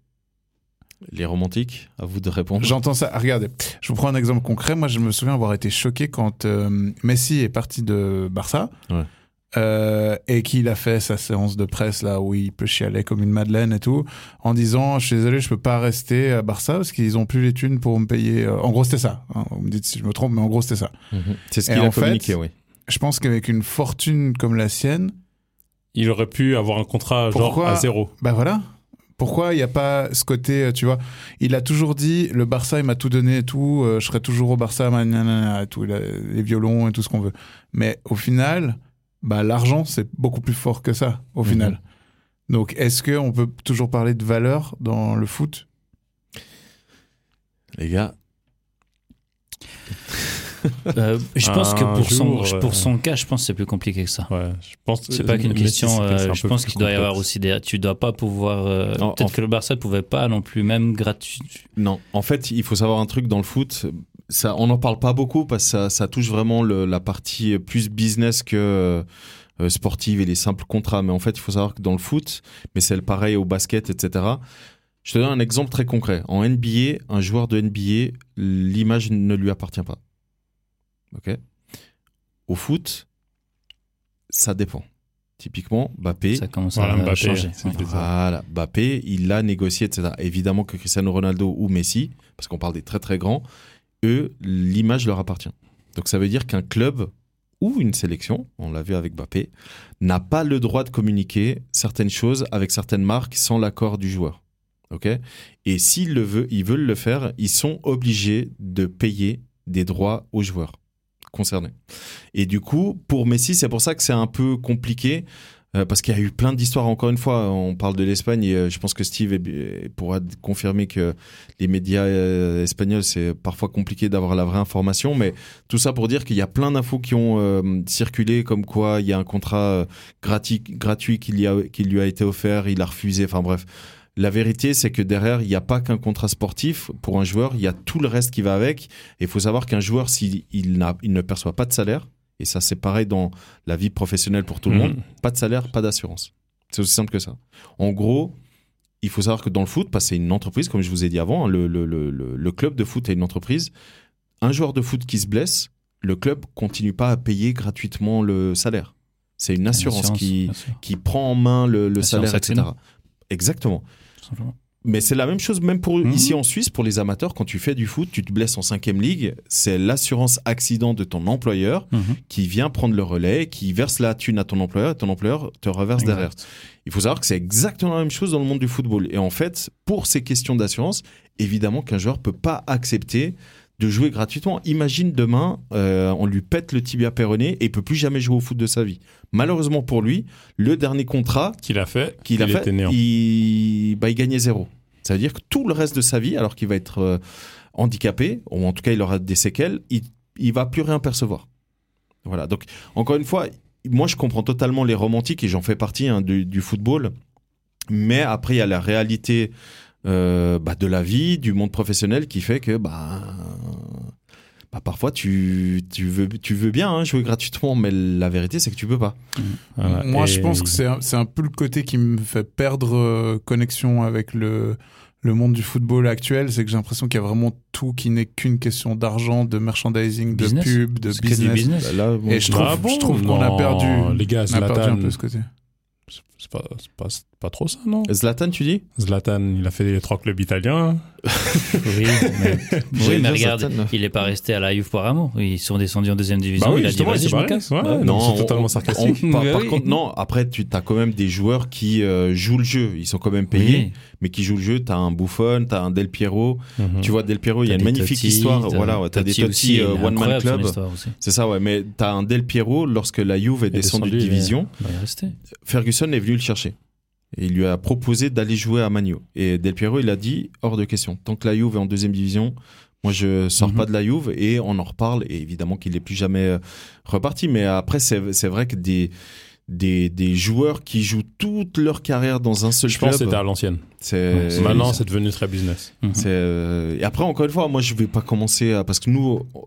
Speaker 3: Les romantiques, à vous de répondre.
Speaker 6: J'entends ça. Ah, Regardez, je vous prends un exemple concret. Moi, je me souviens avoir été choqué quand euh, Messi est parti de Barça.
Speaker 3: Ouais.
Speaker 6: Euh, et qu'il a fait sa séance de presse là où il peut chialer comme une madeleine et tout en disant je suis désolé je peux pas rester à Barça parce qu'ils ont plus les thunes pour me payer euh, en gros c'était ça hein. vous me dites si je me trompe mais en gros c'était ça
Speaker 3: Mhm. C'est ce
Speaker 6: Et
Speaker 3: qu'il a
Speaker 6: en fait-
Speaker 3: communiqué, oui.
Speaker 6: je pense qu'avec une fortune comme la sienne
Speaker 4: Il aurait pu avoir un contrat genre
Speaker 6: Pourquoi
Speaker 4: à zéro.
Speaker 6: bah voilà pourquoi il n'y a pas ce côté euh, tu vois il a toujours dit le Barça il m'a tout donné et tout euh, je serai toujours au Barça manana, et tout il a les violons et tout ce qu'on veut mais au final bah l'argent c'est beaucoup plus fort que ça au
Speaker 3: Mhm.
Speaker 6: final donc est-ce que on peut toujours parler de valeur dans le foot
Speaker 3: Les gars,
Speaker 5: Euh, je pense que
Speaker 4: Un
Speaker 5: pour,
Speaker 4: jour,
Speaker 5: son,
Speaker 4: euh,
Speaker 5: pour son cas, je pense que c'est plus compliqué que ça.
Speaker 4: Ouais, je pense.
Speaker 5: C'est pas qu'une
Speaker 4: Messi,
Speaker 5: question.
Speaker 4: c'était-
Speaker 5: euh,
Speaker 4: c'est un
Speaker 5: je
Speaker 4: peu
Speaker 5: pense
Speaker 4: plus
Speaker 5: qu'il doit y avoir
Speaker 4: complexe.
Speaker 5: aussi des. Tu dois pas pouvoir. euh,
Speaker 3: En-
Speaker 5: Peut-être
Speaker 3: en-
Speaker 5: que le Barça ne pouvait pas non plus, même gratuit.
Speaker 3: Non, en fait, il faut savoir un truc dans le foot. Ça, on n'en parle pas beaucoup parce que ça, ça touche vraiment le- la partie plus business que euh, sportive et les simples contrats. Mais en fait, il faut savoir que dans le foot, mais c'est le pareil au basket, etc. Je te donne un exemple très concret. En NBA, un joueur de NBA, l'image ne lui appartient pas. Ok. Au foot, ça dépend. Typiquement, Mbappé,
Speaker 5: Ça commence
Speaker 4: Voilà,
Speaker 5: à euh,
Speaker 4: Mbappé,
Speaker 5: changer.
Speaker 4: c'est
Speaker 5: ouais.
Speaker 4: plus ça.
Speaker 3: voilà, Mbappé, il l'a négocié, etc. Évidemment que Cristiano Ronaldo ou Messi, parce qu'on parle des très très grands, eux, l'image leur appartient. Donc ça veut dire qu'un club ou une sélection, on l'a vu avec Mbappé, n'a pas le droit de communiquer certaines choses avec certaines marques sans l'accord du joueur. Ok Et s'ils le veulent, ils veulent le faire, ils sont obligés de payer des droits aux joueurs concernés. Et du coup, pour Messi, c'est pour ça que c'est un peu compliqué. euh, parce qu'il y a eu plein d'histoires, encore une fois, on parle de l'Espagne, et euh, je pense que Steve eh, pourra confirmer que les médias euh, espagnols, c'est parfois compliqué d'avoir la vraie information, mais tout ça pour dire qu'il y a plein d'infos qui ont euh, circulé, comme quoi il y a un contrat euh, grati- gratuit qui lui, a, qui lui a été offert, il a refusé, enfin bref. La vérité, c'est que derrière, il n'y a pas qu'un contrat sportif pour un joueur, il y a tout le reste qui va avec. Et il faut savoir qu'un joueur, s'il il n'a- il ne perçoit pas de salaire, et ça c'est pareil dans la vie professionnelle pour tout le
Speaker 4: Mhm.
Speaker 3: monde, pas de salaire, pas d'assurance. C'est aussi simple que ça. En gros, il faut savoir que dans le foot, parce que c'est une entreprise, comme je vous ai dit avant, hein, le, le- le- le- le club de foot est une entreprise. Un joueur de foot qui se blesse, le club continue pas à payer gratuitement le salaire. C'est une assurance, qui,
Speaker 5: bien sûr,
Speaker 3: qui prend en main le, le
Speaker 5: Assurance
Speaker 3: salaire, etc.
Speaker 5: accident.
Speaker 3: Exactement.
Speaker 5: tout simplement.
Speaker 3: Mais c'est la même chose même pour
Speaker 6: Mhm.
Speaker 3: ici en Suisse, pour les amateurs, quand tu fais du foot, tu te blesses en cinquième ligue, c'est l'assurance accident de ton employeur
Speaker 5: Mhm.
Speaker 3: qui vient prendre le relais, qui verse la thune à ton employeur, et ton employeur te reverse
Speaker 5: Exact.
Speaker 3: derrière. Il faut savoir que c'est exactement la même chose dans le monde du football. Et en fait, pour ces questions d'assurance, évidemment qu'un joueur peut pas accepter de jouer gratuitement. Imagine demain, euh, on lui pète le tibia péroné et il peut plus jamais jouer au foot de sa vie. Malheureusement pour lui, le dernier contrat
Speaker 4: Qu'il a fait.
Speaker 3: qu'il a
Speaker 4: il
Speaker 3: fait,
Speaker 4: était néant.
Speaker 3: il, bah, il gagnait zéro. Ça veut dire que tout le reste de sa vie, alors qu'il va être euh, handicapé, ou en tout cas il aura des séquelles, il, il va plus rien percevoir. Voilà. Donc, encore une fois, moi je comprends totalement les romantiques et j'en fais partie hein, du, du football. Mais après, il y a la réalité euh, bah, de la vie, du monde professionnel qui fait que bah, bah, parfois tu, tu, veux, tu veux bien hein, jouer gratuitement, mais la vérité c'est que tu peux pas.
Speaker 5: Ah,
Speaker 4: Voilà,
Speaker 6: Moi,
Speaker 4: et
Speaker 6: je pense que
Speaker 4: il-
Speaker 6: c'est un, c'est un peu le côté qui me fait perdre euh, connexion avec le, le monde du football actuel. C'est que j'ai l'impression qu'il y a vraiment tout qui n'est qu'une question d'argent, de merchandising, de
Speaker 5: Business.
Speaker 6: pub, de
Speaker 5: C'est que du
Speaker 6: business.
Speaker 5: business.
Speaker 3: Là,
Speaker 6: Et je trouve,
Speaker 4: Ah bon
Speaker 6: je trouve qu'on a
Speaker 4: Non,
Speaker 6: perdu,
Speaker 4: Les gars,
Speaker 6: on a perdu un
Speaker 4: Zlatan,
Speaker 6: peu ce côté.
Speaker 4: c'est pas, c'est pas, c'est pas trop ça, non
Speaker 3: Zlatan, tu dis
Speaker 4: Zlatan, il a fait les trois clubs italiens.
Speaker 5: Oui, mais, oui,
Speaker 3: J'allais
Speaker 5: mais
Speaker 3: dire
Speaker 5: regarde,
Speaker 3: certaines.
Speaker 5: il n'est pas resté à la Juve pour amour. Ils sont descendus en deuxième division. il a dit
Speaker 4: justement,
Speaker 5: vas-y,
Speaker 4: s'est
Speaker 5: je me
Speaker 4: barré.
Speaker 5: casse.
Speaker 4: Ouais,
Speaker 5: Bah,
Speaker 4: non,
Speaker 3: on-
Speaker 4: Ah, c'est totalement
Speaker 3: on-
Speaker 4: sarcastique.
Speaker 3: on- par
Speaker 5: Mais
Speaker 3: par
Speaker 5: oui.
Speaker 3: contre, non, après, tu as quand même des joueurs qui euh, jouent le jeu. Ils sont quand même payés,
Speaker 5: Oui.
Speaker 3: mais qui jouent le jeu. Tu as un Buffon, tu as un Del Piero.
Speaker 4: Mhm.
Speaker 3: Tu vois, Del Piero, il y a
Speaker 5: T'as
Speaker 3: une
Speaker 5: des
Speaker 3: magnifique
Speaker 5: Totti,
Speaker 3: histoire. Voilà, ouais, tu as des
Speaker 5: Totti
Speaker 3: Totti
Speaker 5: aussi,
Speaker 3: euh,
Speaker 5: il est
Speaker 3: One Man
Speaker 5: incroyable, son
Speaker 3: Club.
Speaker 5: histoire aussi.
Speaker 3: C'est ça, ouais. Mais tu as un Del Piero, lorsque la Juve est
Speaker 4: Il est
Speaker 3: descendue de
Speaker 4: descendu,
Speaker 3: division,
Speaker 5: Bah, il est resté.
Speaker 3: Ferguson est venu le chercher. Et il lui a proposé d'aller jouer à Magno. Et Del Piero, il a dit hors de question. Tant que la Juve est en deuxième division, moi je sors
Speaker 5: Mhm.
Speaker 3: pas de la Juve et on en reparle. Et évidemment qu'il n'est plus jamais euh, reparti. Mais après, c'est c'est vrai que des, des, des joueurs qui jouent toute leur carrière dans un seul
Speaker 4: Je
Speaker 3: club.
Speaker 4: pense que c'était à l'ancienne. euh,
Speaker 3: c'est-
Speaker 4: Maintenant, c'est devenu très business.
Speaker 3: c'est, euh, Et après, encore une fois, moi, je vais pas commencer à... Parce que nous... euh,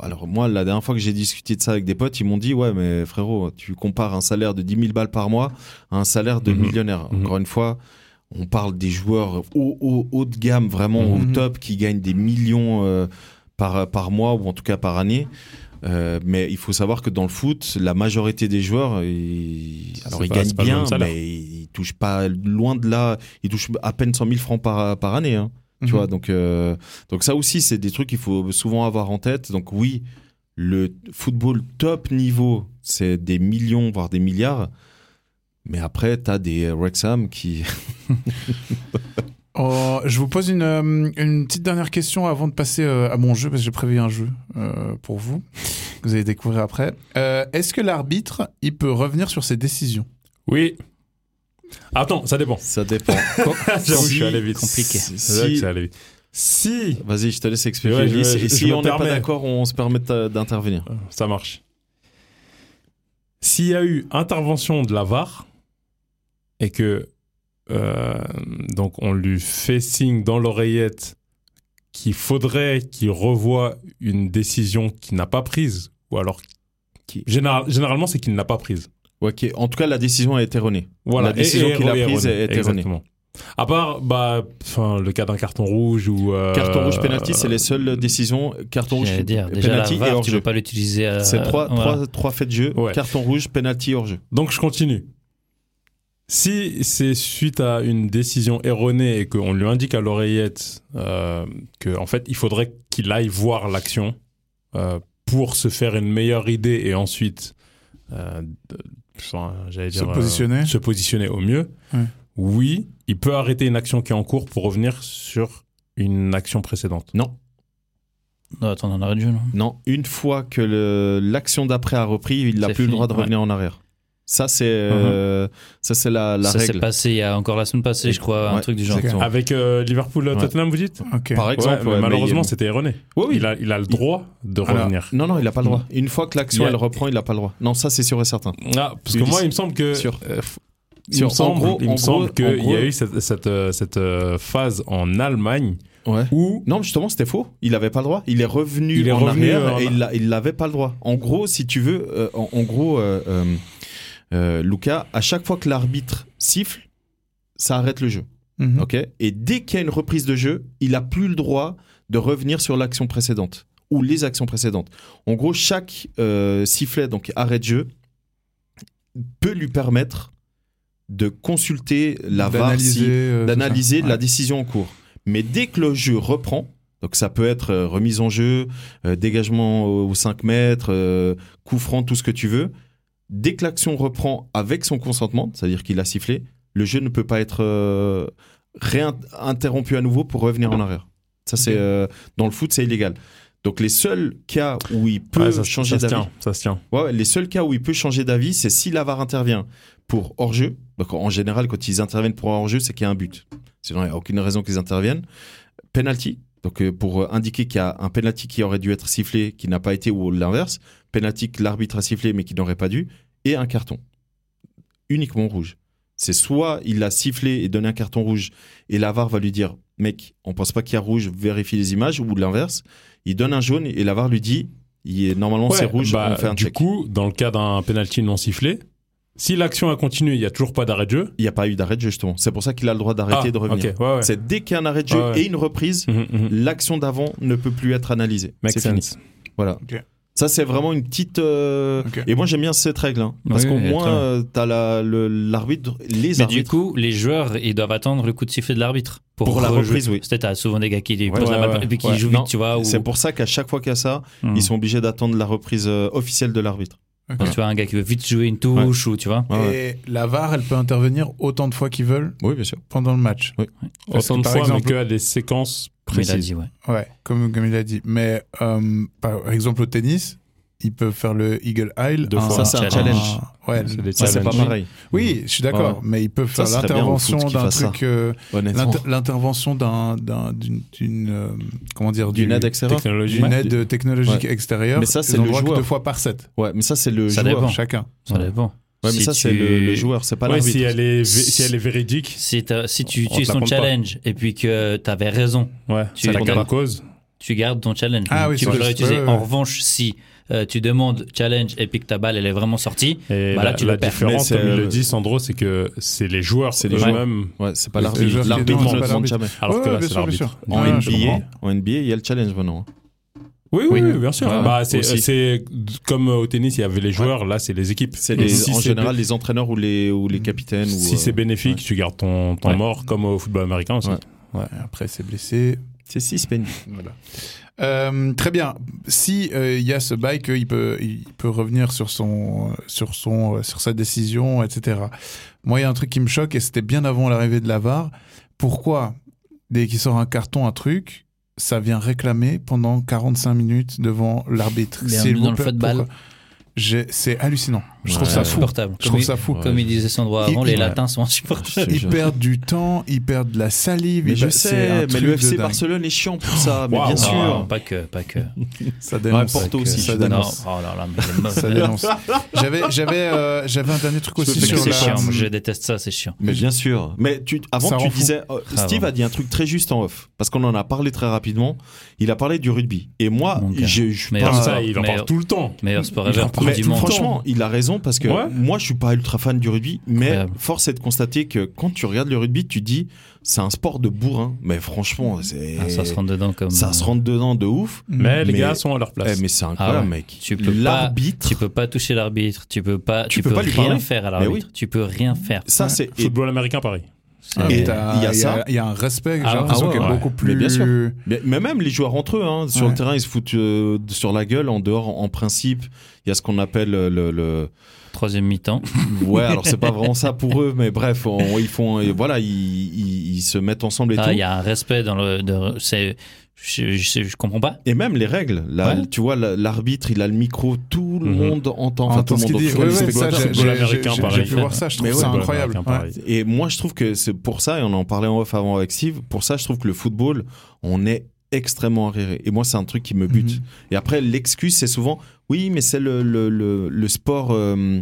Speaker 3: Alors moi, la dernière fois que j'ai discuté de ça avec des potes, ils m'ont dit, ouais, mais frérot, tu compares un salaire de 10 000 balles par mois à un salaire de
Speaker 4: Mhm.
Speaker 3: millionnaire.
Speaker 4: Mhm.
Speaker 3: Encore une fois, on parle des joueurs haut, haut, haut de gamme, vraiment
Speaker 6: Mhm.
Speaker 4: Mm-hmm.
Speaker 3: au top, qui gagnent des millions euh, par, par mois ou en tout cas par année. Euh, mais il faut savoir que dans le foot, la majorité des joueurs, ils,
Speaker 4: C'est
Speaker 3: alors
Speaker 4: pas-
Speaker 3: ils
Speaker 4: c'est
Speaker 3: gagnent
Speaker 4: pas le
Speaker 3: bien,
Speaker 4: même salaire.
Speaker 3: mais ils touchent pas loin de là, ils touchent à peine 100 000 francs par, par année. hein.
Speaker 6: Mhm.
Speaker 3: Tu vois, donc, euh, donc ça aussi, c'est des trucs qu'il faut souvent avoir en tête. Donc oui, le football top niveau, c'est des millions, voire des milliards. Mais après, t'as des Rexham qui...
Speaker 6: Oh, je vous pose une, euh, une petite dernière question avant de passer euh, à mon jeu, parce que j'ai prévu un jeu euh, pour vous, que vous allez découvrir après. Euh, Est-ce que l'arbitre, il peut revenir sur ses décisions
Speaker 4: Oui. Ah, Attends, ça dépend.
Speaker 3: Ça dépend.
Speaker 4: J'avoue, je suis allé vite.
Speaker 5: Compliqué.
Speaker 3: Si-
Speaker 4: C'est vrai que
Speaker 3: si-
Speaker 4: c'est allé vite. Si
Speaker 3: Vas-y, je te laisse expliquer.
Speaker 4: Ouais, je-
Speaker 3: Ulysse.
Speaker 4: je-
Speaker 3: et si
Speaker 4: je me
Speaker 3: on n'est pas
Speaker 4: permets.
Speaker 3: d'accord, on se permet de- d'intervenir.
Speaker 4: Ça marche. S'il y a eu intervention de la VAR et que euh, donc on lui fait signe dans l'oreillette qu'il faudrait qu'il revoie une décision qu'il n'a pas prise ou alors
Speaker 3: Qui-
Speaker 4: Général- généralement c'est qu'il n'a pas prise.
Speaker 3: Ouais, ok. En tout cas, la décision est erronée.
Speaker 4: Voilà,
Speaker 3: La décision qu'il a
Speaker 4: oui,
Speaker 3: prise
Speaker 4: erronée.
Speaker 3: est erronée.
Speaker 4: Exactement. À part bah enfin le cas d'un carton rouge ou euh,
Speaker 3: Carton rouge, penalty, c'est les euh, seules décisions. Carton rouge,
Speaker 5: J'allais dire, déjà, la
Speaker 3: penalty et
Speaker 5: VAR, tu
Speaker 3: hors-jeu.
Speaker 5: peux pas euh, l'utiliser à...
Speaker 3: C'est trois,
Speaker 5: voilà.
Speaker 3: trois, trois faits de jeu.
Speaker 4: Ouais.
Speaker 3: Carton rouge, penalty, hors-jeu.
Speaker 4: Donc je continue. Si c'est suite à une décision erronée et qu'on lui indique à l'oreillette euh, que en fait il faudrait qu'il aille voir l'action euh, pour se faire une meilleure idée et ensuite euh, de- enfin, j'allais
Speaker 6: Se
Speaker 4: dire, euh,
Speaker 6: positionner.
Speaker 4: se positionner au mieux.
Speaker 6: Ouais.
Speaker 4: Oui, il peut arrêter une action qui est en cours pour revenir sur une action précédente.
Speaker 3: Non,
Speaker 5: Non, attends, on arrête de jeu, non
Speaker 3: non. Une fois que le- l'action d'après a repris, il n'a
Speaker 5: C'est
Speaker 3: plus le
Speaker 5: fini,
Speaker 3: droit de
Speaker 5: ouais.
Speaker 3: revenir en arrière. Ça, c'est euh,
Speaker 4: Mhm.
Speaker 3: ça, c'est la, la
Speaker 5: Ça s'est
Speaker 3: règle.
Speaker 5: passé il y a encore la semaine passée, je crois, un
Speaker 3: Ouais,
Speaker 5: truc du genre.
Speaker 6: c'est clair.
Speaker 4: Avec euh, Liverpool-Tottenham, vous dites
Speaker 6: Ok.
Speaker 3: Par exemple,
Speaker 4: Ouais, mais
Speaker 3: ouais, mais
Speaker 4: malheureusement
Speaker 3: il-
Speaker 4: c'était erroné.
Speaker 3: Oui, oui.
Speaker 4: Il, a, Oh il a le
Speaker 3: Il-
Speaker 4: droit de
Speaker 6: Alors,
Speaker 4: revenir.
Speaker 3: Non, non, il n'a pas le droit.
Speaker 5: Mm.
Speaker 3: Une fois que l'action,
Speaker 4: Il y a-
Speaker 3: elle reprend, il n'a pas le droit. Non, ça, c'est sûr et certain.
Speaker 4: Ah, parce que
Speaker 3: Ulysse.
Speaker 4: moi, il me semble que.
Speaker 3: Sûr.
Speaker 4: euh, f- il
Speaker 3: Sûr.
Speaker 4: me
Speaker 3: En
Speaker 4: semble,
Speaker 3: gros-
Speaker 4: il
Speaker 3: en gros-
Speaker 4: me semble
Speaker 3: en
Speaker 4: qu'il
Speaker 3: gros-
Speaker 4: y a eu cette, cette, euh, cette, euh, phase en Allemagne Ah,
Speaker 3: Ouais.
Speaker 4: où.
Speaker 3: Non, justement, c'était faux. Il n'avait pas le droit. Il est revenu
Speaker 4: Il est
Speaker 3: en
Speaker 4: revenu
Speaker 3: arrière
Speaker 4: en-
Speaker 3: et il l'a- il n'avait pas le droit. En gros, si tu veux, euh, en, en gros, euh, euh, euh, Lucas, à chaque fois que l'arbitre siffle, ça arrête le jeu.
Speaker 6: Mhm.
Speaker 3: ok et dès qu'il y a une reprise de jeu, il n'a plus le droit de revenir sur l'action précédente ou les actions précédentes. En gros, chaque euh, sifflet, donc arrêt de jeu, peut lui permettre de consulter la VAR si-
Speaker 6: euh,
Speaker 3: d'analyser
Speaker 6: tout ça.
Speaker 3: la
Speaker 6: Ouais.
Speaker 3: décision en cours. Mais dès que le jeu reprend, donc ça peut être euh, remise en jeu, euh, dégagement aux 5 mètres, euh, coup franc, tout ce que tu veux, dès que l'action reprend avec son consentement, c'est-à-dire qu'il a sifflé, le jeu ne peut pas être euh, réinterrompu à nouveau pour revenir en arrière. Ça, c'est euh, dans le foot, c'est illégal. Donc les seuls cas où il peut
Speaker 4: Ouais, ça, se-
Speaker 3: changer
Speaker 4: ça se
Speaker 3: d'avis,
Speaker 4: tient, ça se tient.
Speaker 3: Ouais, ouais, les seuls cas où il peut changer d'avis, c'est si la VAR intervient pour hors-jeu. Donc en général, quand ils interviennent pour un hors-jeu, c'est qu'il y a un but. Sinon, il n'y a aucune raison qu'ils interviennent. Penalty, donc euh, pour euh, indiquer qu'il y a un penalty qui aurait dû être sifflé, qui n'a pas été, ou l'inverse. Penalty que l'arbitre a sifflé, mais qui n'aurait pas dû. Et un carton. Uniquement rouge. C'est soit il a sifflé et donné un carton rouge, et la VAR va lui dire Mec, on pense pas qu'il y a rouge, vérifie les images, ou l'inverse. Il donne un jaune et la VAR lui dit il est, Normalement,
Speaker 4: Ouais,
Speaker 3: c'est rouge,
Speaker 4: bah,
Speaker 3: on fait un
Speaker 4: du
Speaker 3: check.
Speaker 4: coup, dans le cas d'un penalty non sifflé, si l'action a continué, il n'y a toujours pas d'arrêt de jeu.
Speaker 3: il n'y a pas eu d'arrêt de jeu justement. C'est pour ça qu'il a le droit d'arrêter
Speaker 4: Ah,
Speaker 3: de revenir.
Speaker 4: ok, ouais, ouais.
Speaker 3: C'est dès qu'il y a un arrêt de jeu
Speaker 4: Ouais, ouais.
Speaker 3: et une reprise,
Speaker 4: Mhm, mhm.
Speaker 3: l'action d'avant ne peut plus être analysée.
Speaker 4: Makes
Speaker 3: C'est fini.
Speaker 4: sense.
Speaker 3: Voilà.
Speaker 6: Ok.
Speaker 3: Ça c'est vraiment une petite. euh,
Speaker 6: Ok.
Speaker 3: Et moi j'aime bien cette règle, hein, parce
Speaker 5: Oui,
Speaker 3: qu'au
Speaker 5: oui,
Speaker 3: moins
Speaker 5: très bien.
Speaker 3: euh, t'as la- le- l'arbitre, les
Speaker 5: Mais du
Speaker 3: arbitres.
Speaker 5: coup, les joueurs, ils doivent attendre le coup de sifflet de l'arbitre pour,
Speaker 3: Pour la
Speaker 5: rejouer.
Speaker 3: reprise, oui.
Speaker 5: C'était t'as souvent des gars qui posent
Speaker 4: ouais,
Speaker 5: la balle
Speaker 4: ouais,
Speaker 5: et puis qui
Speaker 4: ouais.
Speaker 5: jouent
Speaker 3: Non,
Speaker 5: vite, tu vois. Ah, Ou,
Speaker 3: C'est pour ça qu'à chaque fois qu'il y a ça,
Speaker 5: Hmm.
Speaker 3: ils sont obligés d'attendre la reprise euh, officielle de l'arbitre.
Speaker 6: Ok.
Speaker 5: Quand tu vois un gars qui veut vite jouer une touche ou tu vois.
Speaker 3: Ouais, ouais.
Speaker 6: Et la VAR, elle peut intervenir autant de fois qu'ils veulent
Speaker 3: Oui, bien sûr.
Speaker 6: pendant le match. Parce que,
Speaker 4: Autant de
Speaker 6: par
Speaker 4: fois,
Speaker 6: exemple-
Speaker 4: mais que à des séquences
Speaker 5: Mais il a
Speaker 4: précises.
Speaker 5: dit, ouais.
Speaker 6: Ouais, comme, comme il a dit. Mais euh, par exemple, au tennis, ils peuvent faire le Eagle Isle.
Speaker 4: Deux
Speaker 3: Ça,
Speaker 4: fois.
Speaker 3: c'est un challenge.
Speaker 6: Ouais,
Speaker 4: C'est des
Speaker 3: Ça, c'est pas
Speaker 4: challenges.
Speaker 3: pareil.
Speaker 6: oui, je suis d'accord,
Speaker 4: Ouais.
Speaker 6: mais ils peuvent
Speaker 3: Ça
Speaker 6: faire
Speaker 3: serait bien au
Speaker 6: l'intervention
Speaker 3: foot qu'ils
Speaker 6: d'un
Speaker 3: fassent
Speaker 6: truc, euh,
Speaker 3: Honnêtement.
Speaker 6: l'inter- l'intervention d'un, d'un- d'une, d'une, euh, comment dire,
Speaker 3: D'une
Speaker 6: du-
Speaker 3: aide extérieure.
Speaker 4: Technologie.
Speaker 6: d'une aide technologique extérieure.
Speaker 3: Mais ça, c'est
Speaker 6: ils ont
Speaker 3: le
Speaker 6: droit que
Speaker 3: joueur.
Speaker 6: deux fois par set,
Speaker 3: Ouais, mais ça, c'est le
Speaker 5: Ça
Speaker 3: joueur.
Speaker 5: dépend.
Speaker 6: chacun.
Speaker 5: Ça dépend.
Speaker 3: Ouais, mais
Speaker 5: Si
Speaker 3: ça, c'est
Speaker 5: tu-
Speaker 3: le, le joueur, c'est pas
Speaker 4: Ouais,
Speaker 3: l'arbitre.
Speaker 4: si elle est, vé- si elle est véridique,
Speaker 5: Si, t'as- si tu
Speaker 4: On
Speaker 5: utilises
Speaker 4: te la
Speaker 5: ton
Speaker 4: prend pas.
Speaker 5: challenge et puis que tu avais raison,
Speaker 4: ouais,
Speaker 5: Tu
Speaker 4: c'est la
Speaker 5: gagnes.
Speaker 4: grande cause.
Speaker 5: tu gardes ton challenge.
Speaker 6: Ah
Speaker 5: Donc,
Speaker 6: oui,
Speaker 5: tu
Speaker 6: ça,
Speaker 5: peux le
Speaker 6: je-
Speaker 5: réutiliser.
Speaker 6: ouais, ouais.
Speaker 5: En revanche, si euh, tu demandes challenge et puis que ta balle elle est vraiment sortie,
Speaker 4: Et
Speaker 5: Bah
Speaker 4: la,
Speaker 5: là, tu
Speaker 4: la
Speaker 5: le perds.
Speaker 4: différence,
Speaker 3: Mais c'est,
Speaker 4: comme il
Speaker 3: euh,
Speaker 4: le dit Sandro, c'est que c'est les joueurs
Speaker 3: C'est les joueurs.
Speaker 4: eux-mêmes.
Speaker 3: Ouais, c'est pas
Speaker 6: Le
Speaker 3: l'arbitre.
Speaker 6: joueur qui est
Speaker 3: L'arbitre
Speaker 6: dedans,
Speaker 3: ne
Speaker 6: c'est
Speaker 3: le
Speaker 6: pas
Speaker 3: demande
Speaker 6: l'arbitre.
Speaker 3: jamais.
Speaker 4: Alors
Speaker 6: Ouais,
Speaker 4: que là,
Speaker 6: bien
Speaker 4: c'est
Speaker 6: sûr, bien
Speaker 4: l'arbitre.
Speaker 6: sûr.
Speaker 3: En,
Speaker 6: Ouais, je
Speaker 3: NBA,
Speaker 6: comprends.
Speaker 3: en NBA, il y a le challenge maintenant. hein.
Speaker 4: Oui, oui, oui, bien sûr.
Speaker 3: Ouais,
Speaker 4: bah, c'est,
Speaker 3: aussi.
Speaker 4: c'est comme au tennis, il y avait les joueurs, là, c'est les équipes.
Speaker 3: C'est
Speaker 4: Donc,
Speaker 3: les-
Speaker 4: si
Speaker 3: en
Speaker 4: c'est
Speaker 3: général les entraîneurs ou les, ou les capitaines.
Speaker 4: bé-
Speaker 3: ou,
Speaker 4: si
Speaker 3: euh,
Speaker 4: c'est bénéfique,
Speaker 3: ouais.
Speaker 4: tu gardes ton, ton
Speaker 3: Ouais.
Speaker 4: mort comme au football américain aussi.
Speaker 3: Ouais.
Speaker 6: Après, c'est blessé,
Speaker 3: C'est si, c'est bénéfique.
Speaker 6: Voilà. Euh, très bien. Si euh, il y a ce bail qu'il peut, il peut revenir sur son, sur son, euh, sur sa décision, etc. Moi, il y a un truc qui me choque et c'était bien avant l'arrivée de la VAR. Pourquoi dès qu'il sort un carton, un truc, ça vient réclamer pendant 45 minutes devant l'arbitre
Speaker 5: Bienvenue
Speaker 6: S'il vous
Speaker 5: dans le
Speaker 6: plaît,
Speaker 5: football.
Speaker 6: pourquoi J'ai- C'est hallucinant. Je trouve
Speaker 3: Ouais.
Speaker 6: ça fou.
Speaker 5: insupportable.
Speaker 6: Je
Speaker 5: euh, Comme
Speaker 6: trouve
Speaker 5: il-
Speaker 6: ça fou.
Speaker 5: Comme il disait Sandro avant,
Speaker 6: Il-
Speaker 5: les
Speaker 6: il-
Speaker 5: latins sont
Speaker 3: Ah,
Speaker 5: insupportables.
Speaker 6: Ils perdent du temps, ils perdent de la salive.
Speaker 3: Mais
Speaker 6: ils
Speaker 3: je
Speaker 6: perdent- c'est un
Speaker 3: sais, mais
Speaker 6: truc
Speaker 3: le
Speaker 6: de
Speaker 3: FC
Speaker 6: dingue.
Speaker 3: Barcelone est chiant pour ça, mais
Speaker 4: Waouh,
Speaker 3: bien
Speaker 4: non,
Speaker 5: Non,
Speaker 3: sûr.
Speaker 5: non, pas que, pas que.
Speaker 6: Ça dénonce.
Speaker 3: Porto
Speaker 5: Pas que.
Speaker 3: aussi,
Speaker 6: ça
Speaker 3: je
Speaker 5: Non,
Speaker 6: dénonce.
Speaker 5: oh là là, mais il est mauvais.
Speaker 6: Ça dénonce. J'avais, j'avais, euh, j'avais un dernier truc aussi
Speaker 3: fais
Speaker 5: C'est
Speaker 6: sur la.
Speaker 5: chiant, moi, je déteste ça, c'est chiant.
Speaker 3: Mais bien sûr. Mais tu, avant,
Speaker 6: Ça
Speaker 3: tu
Speaker 6: rend fou.
Speaker 3: disais. euh,
Speaker 5: Ah,
Speaker 3: Steve
Speaker 5: vraiment.
Speaker 3: a dit un truc très juste en off, parce qu'on en a parlé très rapidement. Il a parlé du rugby. Et moi,
Speaker 5: Mon gars.
Speaker 3: je, je
Speaker 5: Mais
Speaker 3: parle-
Speaker 4: Comme
Speaker 5: Ah,
Speaker 4: ça, il en
Speaker 5: mais-
Speaker 4: parle tout le temps.
Speaker 5: Meilleur sport
Speaker 4: Il
Speaker 5: ever,
Speaker 4: en parle
Speaker 5: Coupe
Speaker 3: Mais
Speaker 5: du monde.
Speaker 3: franchement, il a raison parce que
Speaker 4: Ouais.
Speaker 3: moi, je suis pas ultra fan du rugby, mais
Speaker 5: Incroyable.
Speaker 3: force est de constater que quand tu regardes le rugby, tu dis c'est un sport de bourrin. Mais franchement, c'est
Speaker 5: Ah, ça se rentre dedans Mm. comme.
Speaker 3: ça se rentre dedans de ouf.
Speaker 4: Mais les
Speaker 3: Mais-
Speaker 4: gars sont à leur place.
Speaker 3: Eh, mais c'est incroyable,
Speaker 5: Ah ouais.
Speaker 3: mec.
Speaker 5: Tu peux pas-
Speaker 3: L'arbitre,
Speaker 5: Tu peux pas toucher l'arbitre, tu peux pas,
Speaker 3: Tu peux pas lui
Speaker 5: rien
Speaker 3: parler.
Speaker 5: faire à
Speaker 3: Mais
Speaker 5: l'arbitre, tu peux rien faire.
Speaker 3: ça c'est et-
Speaker 4: Football américain, pareil.
Speaker 5: C'est-
Speaker 3: Et-
Speaker 6: Et Ah, t'as-
Speaker 3: il y a ça.
Speaker 6: Il y a un respect, j'ai
Speaker 5: Ah ouais.
Speaker 6: l'impression,
Speaker 3: Ah ouais,
Speaker 6: qui est
Speaker 4: ouais.
Speaker 6: beaucoup plus.
Speaker 3: Mais bien sûr. Mais, mais même les joueurs entre eux, hein, sur
Speaker 6: Ouais.
Speaker 3: le terrain, ils se foutent euh, sur la gueule. En dehors, en principe, il y a ce qu'on appelle euh, le, le-
Speaker 5: Troisième mi-temps.
Speaker 3: Ouais, alors c'est pas vraiment ça pour eux, mais bref, on- ils font, et voilà, ils, ils- ils se mettent ensemble et
Speaker 5: Ah,
Speaker 3: tout.
Speaker 5: il y a un respect dans le. de- c'est- je, je, je comprends pas.
Speaker 3: Et même les règles. Là,
Speaker 5: Ouais.
Speaker 3: tu vois, la- l'arbitre, il a le micro, tout le
Speaker 4: Mhm.
Speaker 3: monde entend.
Speaker 6: On
Speaker 3: Enfin, tout
Speaker 6: entend
Speaker 3: le
Speaker 6: ce
Speaker 3: monde
Speaker 6: qu'il
Speaker 3: au
Speaker 6: dit. Ouais,
Speaker 3: fond,
Speaker 6: ouais,
Speaker 3: il se
Speaker 6: ça,
Speaker 3: fait-
Speaker 6: j'ai-
Speaker 4: football
Speaker 6: j'ai-
Speaker 4: américain,
Speaker 6: j'ai-
Speaker 4: pareil.
Speaker 6: J'ai pu voir ça, je trouve
Speaker 3: Mais ouais,
Speaker 6: ça
Speaker 4: Football
Speaker 6: incroyable.
Speaker 4: américain,
Speaker 6: Ouais.
Speaker 4: pareil.
Speaker 3: Et moi, je trouve que c'est pour ça, et on en parlait en off avant avec Steve, pour ça, je trouve que le football, on est extrêmement arriéré. Et moi, c'est un truc qui me bute.
Speaker 6: Mhm.
Speaker 3: Et après, l'excuse, c'est souvent, oui, mais c'est le, le, le, le sport. euh,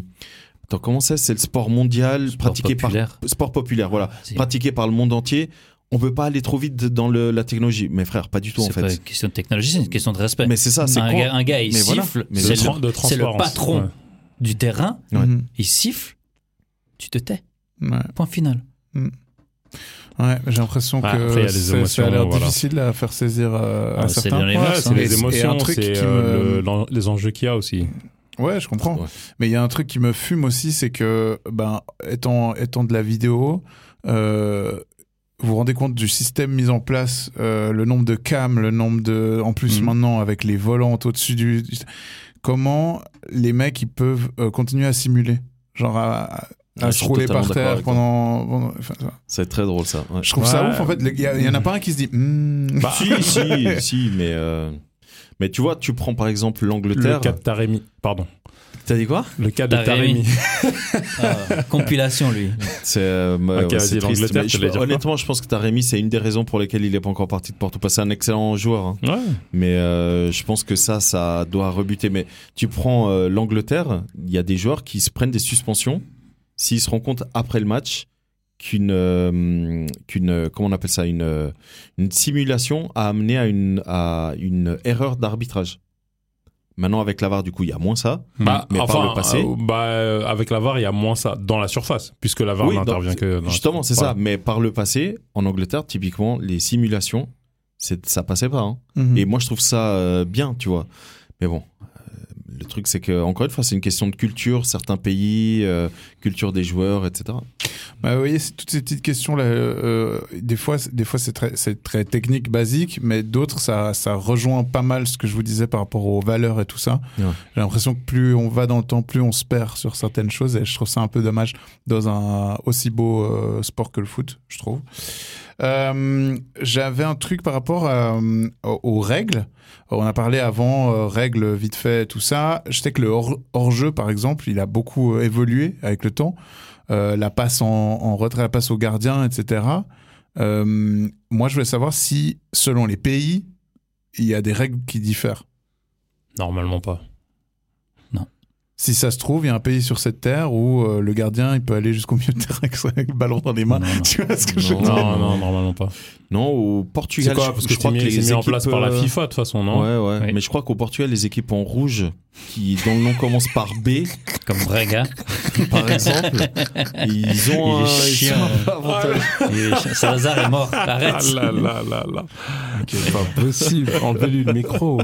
Speaker 3: Attends, comment c'est C'est le sport mondial
Speaker 5: Sport
Speaker 3: pratiqué
Speaker 5: populaire.
Speaker 3: par. Sport populaire, voilà.
Speaker 5: C'est-
Speaker 3: Pratiqué par le monde entier. On peut pas aller trop vite dans le, la technologie. Mais frère, pas du tout, en
Speaker 5: C'est pas
Speaker 3: fait.
Speaker 5: une question de technologie, c'est une question de respect.
Speaker 3: Mais c'est ça, c'est
Speaker 5: un,
Speaker 3: quoi
Speaker 5: gars, un gars, il
Speaker 3: Mais voilà.
Speaker 5: siffle,
Speaker 3: Mais
Speaker 4: De
Speaker 5: c'est le,
Speaker 4: tran- de
Speaker 5: c'est le
Speaker 4: transparence.
Speaker 5: patron
Speaker 4: Ouais.
Speaker 5: du terrain,
Speaker 3: Ouais.
Speaker 6: Mhm.
Speaker 5: il siffle, tu te tais.
Speaker 6: Mm. Ouais.
Speaker 5: Point final.
Speaker 6: Ouais, j'ai l'impression
Speaker 4: Ah, après, il y a
Speaker 6: que
Speaker 4: les
Speaker 6: c'est- ça a
Speaker 4: émotions,
Speaker 6: l'air
Speaker 4: voilà.
Speaker 6: difficile à faire saisir euh, à
Speaker 5: Ah, c'est
Speaker 6: certains.
Speaker 5: bien les
Speaker 6: points.
Speaker 5: mœurs,
Speaker 4: Ouais,
Speaker 5: hein.
Speaker 4: c'est
Speaker 6: Et-
Speaker 4: les
Speaker 6: et un
Speaker 4: émotions,
Speaker 6: truc
Speaker 4: c'est
Speaker 6: qui
Speaker 4: euh,
Speaker 6: me-
Speaker 4: le- l'en- les enjeux qu'il y a aussi.
Speaker 6: Ouais, je comprends.
Speaker 3: Ouais.
Speaker 6: Mais il y a un truc qui me fume aussi, c'est que, ben, étant, étant de la vidéo, euh, vous vous rendez compte du système mis en place, euh, le nombre de cams, le nombre de. En plus,
Speaker 3: Mhm.
Speaker 6: maintenant, avec les volantes au-dessus du. du- Comment les mecs, ils peuvent euh, continuer à simuler Genre à, à
Speaker 3: Ouais, Ah, je
Speaker 6: se
Speaker 3: suis
Speaker 6: rouler
Speaker 3: totalement
Speaker 6: par
Speaker 3: d'accord
Speaker 6: terre
Speaker 3: avec toi.
Speaker 6: pendant. pendant- enfin,
Speaker 3: C'est très drôle, ça. ouais.
Speaker 6: je trouve ça
Speaker 4: Ouais.
Speaker 6: ouf, en fait. Il y, a- il y en a pas un qui se dit. Hmm.
Speaker 4: Bah,
Speaker 3: si, si, si, mais. euh, Mais tu vois, tu prends par exemple
Speaker 4: le
Speaker 3: l'Angleterre.
Speaker 4: cas de Taremi. Pardon.
Speaker 3: T'as dit quoi
Speaker 4: Le cas de
Speaker 5: Taremi.
Speaker 4: Taremi.
Speaker 5: Ah, compilation, lui.
Speaker 3: C'est euh, ouais,
Speaker 4: Ok,
Speaker 3: ouais,
Speaker 4: vas-y,
Speaker 3: c'est triste,
Speaker 4: l'Angleterre,
Speaker 3: mais
Speaker 4: tu
Speaker 3: je-
Speaker 4: voulais dire
Speaker 3: honnêtement, je pense que Taremi, c'est une des raisons pour lesquelles il n'est pas encore parti de Porto. Parce que C'est un excellent joueur, hein.
Speaker 4: Ouais.
Speaker 3: mais euh, je pense que ça, ça doit rebuter. Mais tu prends euh, l'Angleterre, il y a des joueurs qui se prennent des suspensions s'ils se rendent compte après le match qu'une euh, qu'une euh, comment on appelle ça une euh, une simulation a amené à une à une erreur d'arbitrage. Maintenant avec l'avare du coup il y a moins ça.
Speaker 4: Bah,
Speaker 3: Mais par
Speaker 4: enfin,
Speaker 3: le passé.
Speaker 4: euh, bah, euh, avec la VAR, il y a moins ça dans la surface, puisque la VAR
Speaker 3: Oui,
Speaker 4: n'intervient
Speaker 3: dans-
Speaker 4: que. dans-
Speaker 3: Justement, c'est
Speaker 4: Voilà.
Speaker 3: ça. Mais par le passé, en Angleterre, typiquement, les simulations, c'est- ça passait pas. hein.
Speaker 6: Mhm.
Speaker 3: Et moi, je trouve ça euh, bien, tu vois. Mais bon, euh, le truc, c'est que encore une fois, c'est une question de culture, certains pays, euh, culture des joueurs, etc.
Speaker 6: Bah, vous voyez, c'est toutes ces petites questions là, euh, euh, des fois, c'est- des fois c'est très, c'est très technique, basique, mais d'autres ça, ça rejoint pas mal ce que je vous disais par rapport aux valeurs et tout ça.
Speaker 3: Ouais.
Speaker 6: J'ai l'impression que plus on va dans le temps, plus on se perd sur certaines choses, et je trouve ça un peu dommage dans un aussi beau euh, sport que le foot, je trouve. Euh, J'avais un truc par rapport à, euh, aux aux règles. On a parlé avant, euh, règles vite fait, tout ça. Je sais que le hors- hors-jeu, par exemple, il a beaucoup euh, évolué avec le temps. Euh, la passe en, en retrait, la passe au gardien, etc. Euh, moi, je voulais savoir si, selon les pays, il y a des règles qui diffèrent.
Speaker 4: Normalement pas.
Speaker 6: Si ça se trouve, il y a un pays sur cette terre où euh, le gardien, il peut aller jusqu'au milieu de terrain avec le ballon dans les mains.
Speaker 5: Non, non.
Speaker 6: Tu vois ce que je veux
Speaker 4: Non,
Speaker 6: dire
Speaker 4: non, normalement pas.
Speaker 3: Non, au Portugal,
Speaker 4: C'est quoi
Speaker 3: je-
Speaker 4: Parce
Speaker 3: je,
Speaker 4: que
Speaker 3: crois que les
Speaker 4: c'est mis en
Speaker 3: équipes,
Speaker 4: place par la
Speaker 3: euh,
Speaker 4: FIFA de toute façon, non
Speaker 3: Ouais, ouais.
Speaker 5: Oui.
Speaker 3: Mais je crois qu'au Portugal, les équipes en rouge, qui, dont le nom commence par B,
Speaker 5: Comme vrai gars.
Speaker 3: par exemple, ils ont
Speaker 5: Il est
Speaker 3: un,
Speaker 5: chiant.
Speaker 3: ils ont un
Speaker 6: Ah,
Speaker 3: avantage.
Speaker 5: Il est- Salazar est mort. Arrête.
Speaker 4: Ah là là là là. c'est pas possible. Enlevez-lui le micro.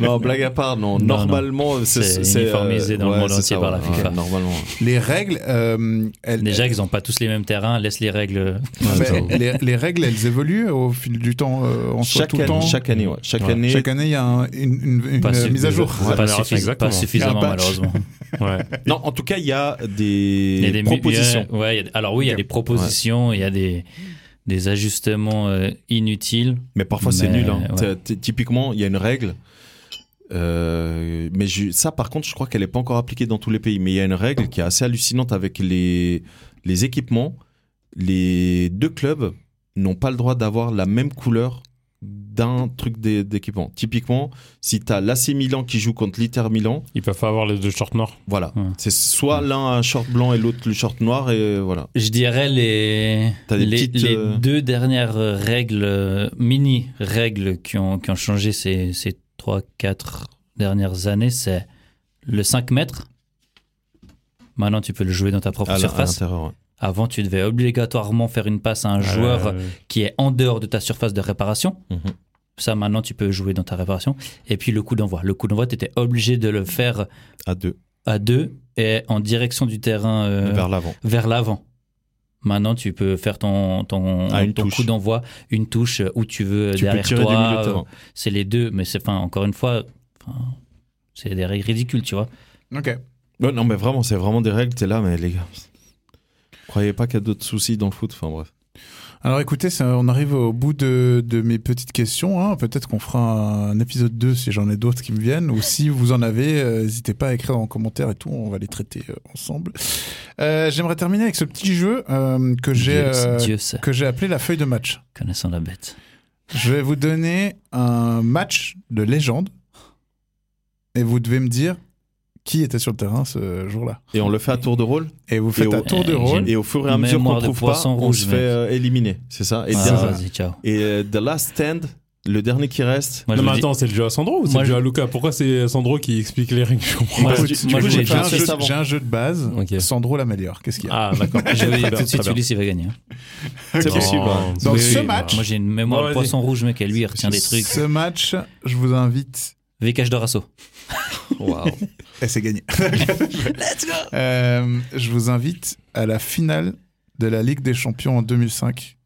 Speaker 3: Non, blague à part, non.
Speaker 5: Non,
Speaker 3: normalement, euh,
Speaker 5: C'est uniformisé dans le monde
Speaker 3: c'est
Speaker 5: entier par la FIFA.
Speaker 3: normalement.
Speaker 6: Les règles, euh, elles,
Speaker 5: Déjà qu'ils n'ont pas tous les mêmes terrains, laisse les règles.
Speaker 6: Mais les, les règles, elles évoluent au fil du temps, euh, en soit
Speaker 3: Chaque
Speaker 6: tout le temps.
Speaker 3: année, chaque année, ouais. Chaque
Speaker 4: Ouais.
Speaker 3: année,
Speaker 6: Chaque année, il y a un- une, une- une,
Speaker 5: Pas
Speaker 6: euh,
Speaker 5: su-
Speaker 6: mise à jour.
Speaker 5: Pas,
Speaker 4: Ouais,
Speaker 5: suffi-
Speaker 4: exactement.
Speaker 5: pas suffisamment,
Speaker 6: Il y a un patch.
Speaker 5: malheureusement.
Speaker 4: Ouais.
Speaker 3: Non, en tout cas, il y a
Speaker 5: Il y
Speaker 3: des,
Speaker 5: a des mu-
Speaker 3: propositions.
Speaker 5: il y a- ouais, il y a- alors oui, il y a des propositions, il y a des, des ajustements euh, inutiles.
Speaker 3: Mais parfois, c'est
Speaker 5: Mais,
Speaker 3: nul. hein.
Speaker 5: ouais.
Speaker 3: T'as- t'es- Typiquement, il y a une règle. euh, mais je- ça, par contre, je crois qu'elle n'est pas encore appliquée dans tous les pays. Mais il y a une règle qui est assez hallucinante avec les, les équipements. Les deux clubs n'ont pas le droit d'avoir la même couleur d'un truc d'é- d'équipement. Typiquement, si tu as l'AC Milan qui joue contre l'Inter Milan,
Speaker 4: Ils peuvent pas avoir les deux shorts noirs.
Speaker 3: voilà.
Speaker 5: Ouais.
Speaker 3: C'est soit l'un a un short blanc et l'autre le short noir, et voilà.
Speaker 5: Je dirais les,
Speaker 3: T'as des
Speaker 5: les,
Speaker 3: petites,
Speaker 5: les
Speaker 3: euh,
Speaker 5: deux dernières règles, euh, mini-règles qui ont, qui ont changé ces, ces 3-4 dernières années, c'est le 5 mètres. Maintenant, tu peux le jouer dans ta propre
Speaker 3: À l'in- à
Speaker 5: surface.
Speaker 3: l'intérieur, ouais.
Speaker 5: Avant, tu devais obligatoirement faire une passe à un joueur
Speaker 4: Euh,
Speaker 5: qui est en dehors de ta surface de réparation.
Speaker 3: Mhm.
Speaker 5: Ça, maintenant, tu peux jouer dans ta réparation. Et puis, le coup d'envoi. Le coup d'envoi, tu étais obligé de le faire
Speaker 3: À deux,
Speaker 5: à deux et en direction du terrain euh,
Speaker 3: vers
Speaker 5: vers,
Speaker 3: l'avant.
Speaker 5: l'avant. Maintenant, tu peux faire ton, ton,
Speaker 3: Ah, une
Speaker 5: ton
Speaker 3: touche.
Speaker 5: coup d'envoi, une touche euh, où tu veux, euh,
Speaker 3: Tu peux
Speaker 5: derrière
Speaker 3: tirer du milieu
Speaker 5: toi.
Speaker 3: de
Speaker 5: euh,
Speaker 3: terrain.
Speaker 5: c'est les deux, mais c'est, enfin, encore une fois, enfin, c'est des règles ridicules, tu vois.
Speaker 6: Ok.
Speaker 3: Ouais, non, mais vraiment, c'est vraiment des règles, t'es là, mais les gars. Croyez pas qu'il y a d'autres soucis dans le foot, enfin bref.
Speaker 6: Alors écoutez, ça- on arrive au bout de, de mes petites questions. hein. Peut-être qu'on fera un épisode 2 si j'en ai d'autres qui me viennent. Ou si vous en avez, euh, n'hésitez pas à écrire en commentaire et tout. On va les traiter euh, ensemble. Euh, J'aimerais terminer avec ce petit jeu euh, que j'ai
Speaker 5: Dieu,
Speaker 6: euh,
Speaker 5: Dieu sait,
Speaker 6: que j'ai appelé la feuille de match.
Speaker 5: connaissant la bête.
Speaker 6: Je vais vous donner un match de légende et vous devez me dire qui était sur le terrain ce jour-là.
Speaker 3: Et on le fait à tour de rôle,
Speaker 6: Et vous faites
Speaker 3: Et oh,
Speaker 6: un
Speaker 3: au-
Speaker 6: tour de
Speaker 5: Eh,
Speaker 6: rôle.
Speaker 3: et au fur et à mesure qu'on
Speaker 5: Mémoire de
Speaker 3: trouve pas,
Speaker 5: poisson
Speaker 3: on
Speaker 5: rouge,
Speaker 3: se
Speaker 5: mec.
Speaker 3: fait euh, éliminer, c'est ça Et,
Speaker 5: Ah,
Speaker 3: der-
Speaker 5: vas-y, ciao.
Speaker 3: et euh, The Last Stand, le dernier qui reste.
Speaker 5: Moi,
Speaker 4: non,
Speaker 5: je
Speaker 4: mais
Speaker 5: vous dis-
Speaker 4: attends, c'est le jeu à Sandro ou c'est
Speaker 5: Moi,
Speaker 4: le
Speaker 5: je-
Speaker 4: jeu à Luca Pourquoi c'est Sandro qui explique les règles Je comprends
Speaker 5: Moi,
Speaker 4: pas.
Speaker 5: je-
Speaker 3: Tu- tu
Speaker 5: moi,
Speaker 3: peux
Speaker 5: je
Speaker 3: jouer
Speaker 5: l'ai
Speaker 6: J'ai
Speaker 3: déjà
Speaker 6: un,
Speaker 5: déjà
Speaker 3: fait
Speaker 6: jeu-
Speaker 3: avant.
Speaker 6: j'ai un jeu de base.
Speaker 4: Ok.
Speaker 6: Sandro l'améliore. Qu'est-ce qu'il y a
Speaker 4: Ah, d'accord.
Speaker 5: Je vais
Speaker 4: Très
Speaker 5: dire
Speaker 4: bien,
Speaker 5: tout de suite,
Speaker 4: très bien.
Speaker 5: celui-ci, il va gagner. hein.
Speaker 3: C'est
Speaker 6: Ok.
Speaker 3: possible.
Speaker 4: Bon.
Speaker 6: Dans
Speaker 4: Oui,
Speaker 6: ce
Speaker 4: oui,
Speaker 6: match,
Speaker 4: bah,
Speaker 5: Moi, j'ai une mémoire
Speaker 4: Bon,
Speaker 5: de
Speaker 4: vas-y.
Speaker 5: poisson rouge, mec, et lui, il retient des trucs.
Speaker 6: Ce match, je vous invite.
Speaker 5: VKH Dorasso.
Speaker 3: Waouh.
Speaker 6: Et c'est gagné. Euh, je vous invite à la finale de la Ligue des Champions en 2005.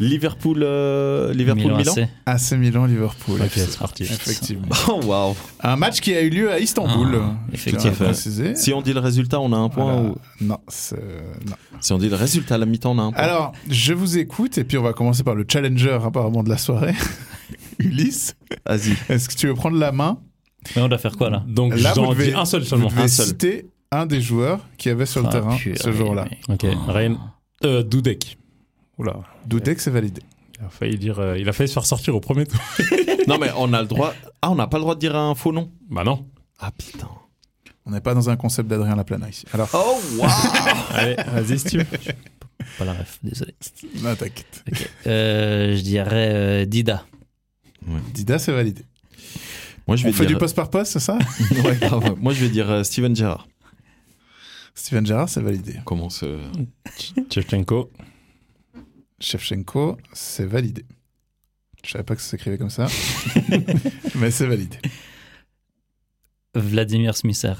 Speaker 3: Liverpool, euh, Liverpool Milan.
Speaker 5: AC.
Speaker 6: AC Milan Liverpool.
Speaker 4: Ok, c'est parti.
Speaker 6: Effectivement.
Speaker 3: Oh waouh.
Speaker 6: Un match qui a eu lieu à Istanbul.
Speaker 5: Ah, effectivement.
Speaker 6: Je tiens à
Speaker 3: Tout à fait.
Speaker 6: préciser.
Speaker 3: Si on dit le résultat, on a un point.
Speaker 5: Oh
Speaker 6: Voilà.
Speaker 3: ou-
Speaker 6: Non, c'est- non.
Speaker 3: Si on dit le résultat à la mi-temps, on a un point.
Speaker 6: Alors, je vous écoute et puis on va commencer par le challenger apparemment de la soirée. Ulysse,
Speaker 3: Vas-y.
Speaker 6: est-ce que tu veux prendre la main
Speaker 5: Mais on doit faire quoi, là
Speaker 4: Donc,
Speaker 6: Là, vous
Speaker 4: j'en
Speaker 6: devez-
Speaker 4: dis un seul
Speaker 6: Je vais
Speaker 4: seulement.
Speaker 3: devez- Un seul.
Speaker 6: citer un des joueurs qui avait sur
Speaker 5: Ah,
Speaker 6: le terrain
Speaker 5: purée, Oh,
Speaker 6: ce jour-là.
Speaker 5: mec.
Speaker 4: Ok, Ryan. Euh, Dudek. Oula.
Speaker 6: Doudek, c'est validé.
Speaker 4: Il a failli dire. euh, il a failli se faire sortir au premier tour.
Speaker 3: Non, mais on a le droit. Ah, on n'a pas le droit de dire un faux nom.
Speaker 4: Bah non.
Speaker 3: Ah putain.
Speaker 6: On n'est pas dans un concept d'Adrien Laplana ici. Alors,
Speaker 3: Oh waouh.
Speaker 4: Allez, vas-y, si tu veux.
Speaker 5: Pas la ref, désolé.
Speaker 6: non, t'inquiète.
Speaker 5: Ok. Euh, je dirais euh, Dida.
Speaker 6: Dida, c'est validé.
Speaker 3: Moi, je
Speaker 6: On
Speaker 3: vais
Speaker 6: fait
Speaker 3: dire.
Speaker 6: du poste par poste, c'est ça
Speaker 3: Ouais, grave. Moi, je vais dire euh, Steven Gerrard.
Speaker 6: Steven Gerrard, c'est validé.
Speaker 3: On commence. euh,
Speaker 4: Chevchenko.
Speaker 6: Shevchenko, c'est validé. Je savais pas que ça s'écrivait comme ça, mais c'est validé.
Speaker 5: Vladimir Smisser.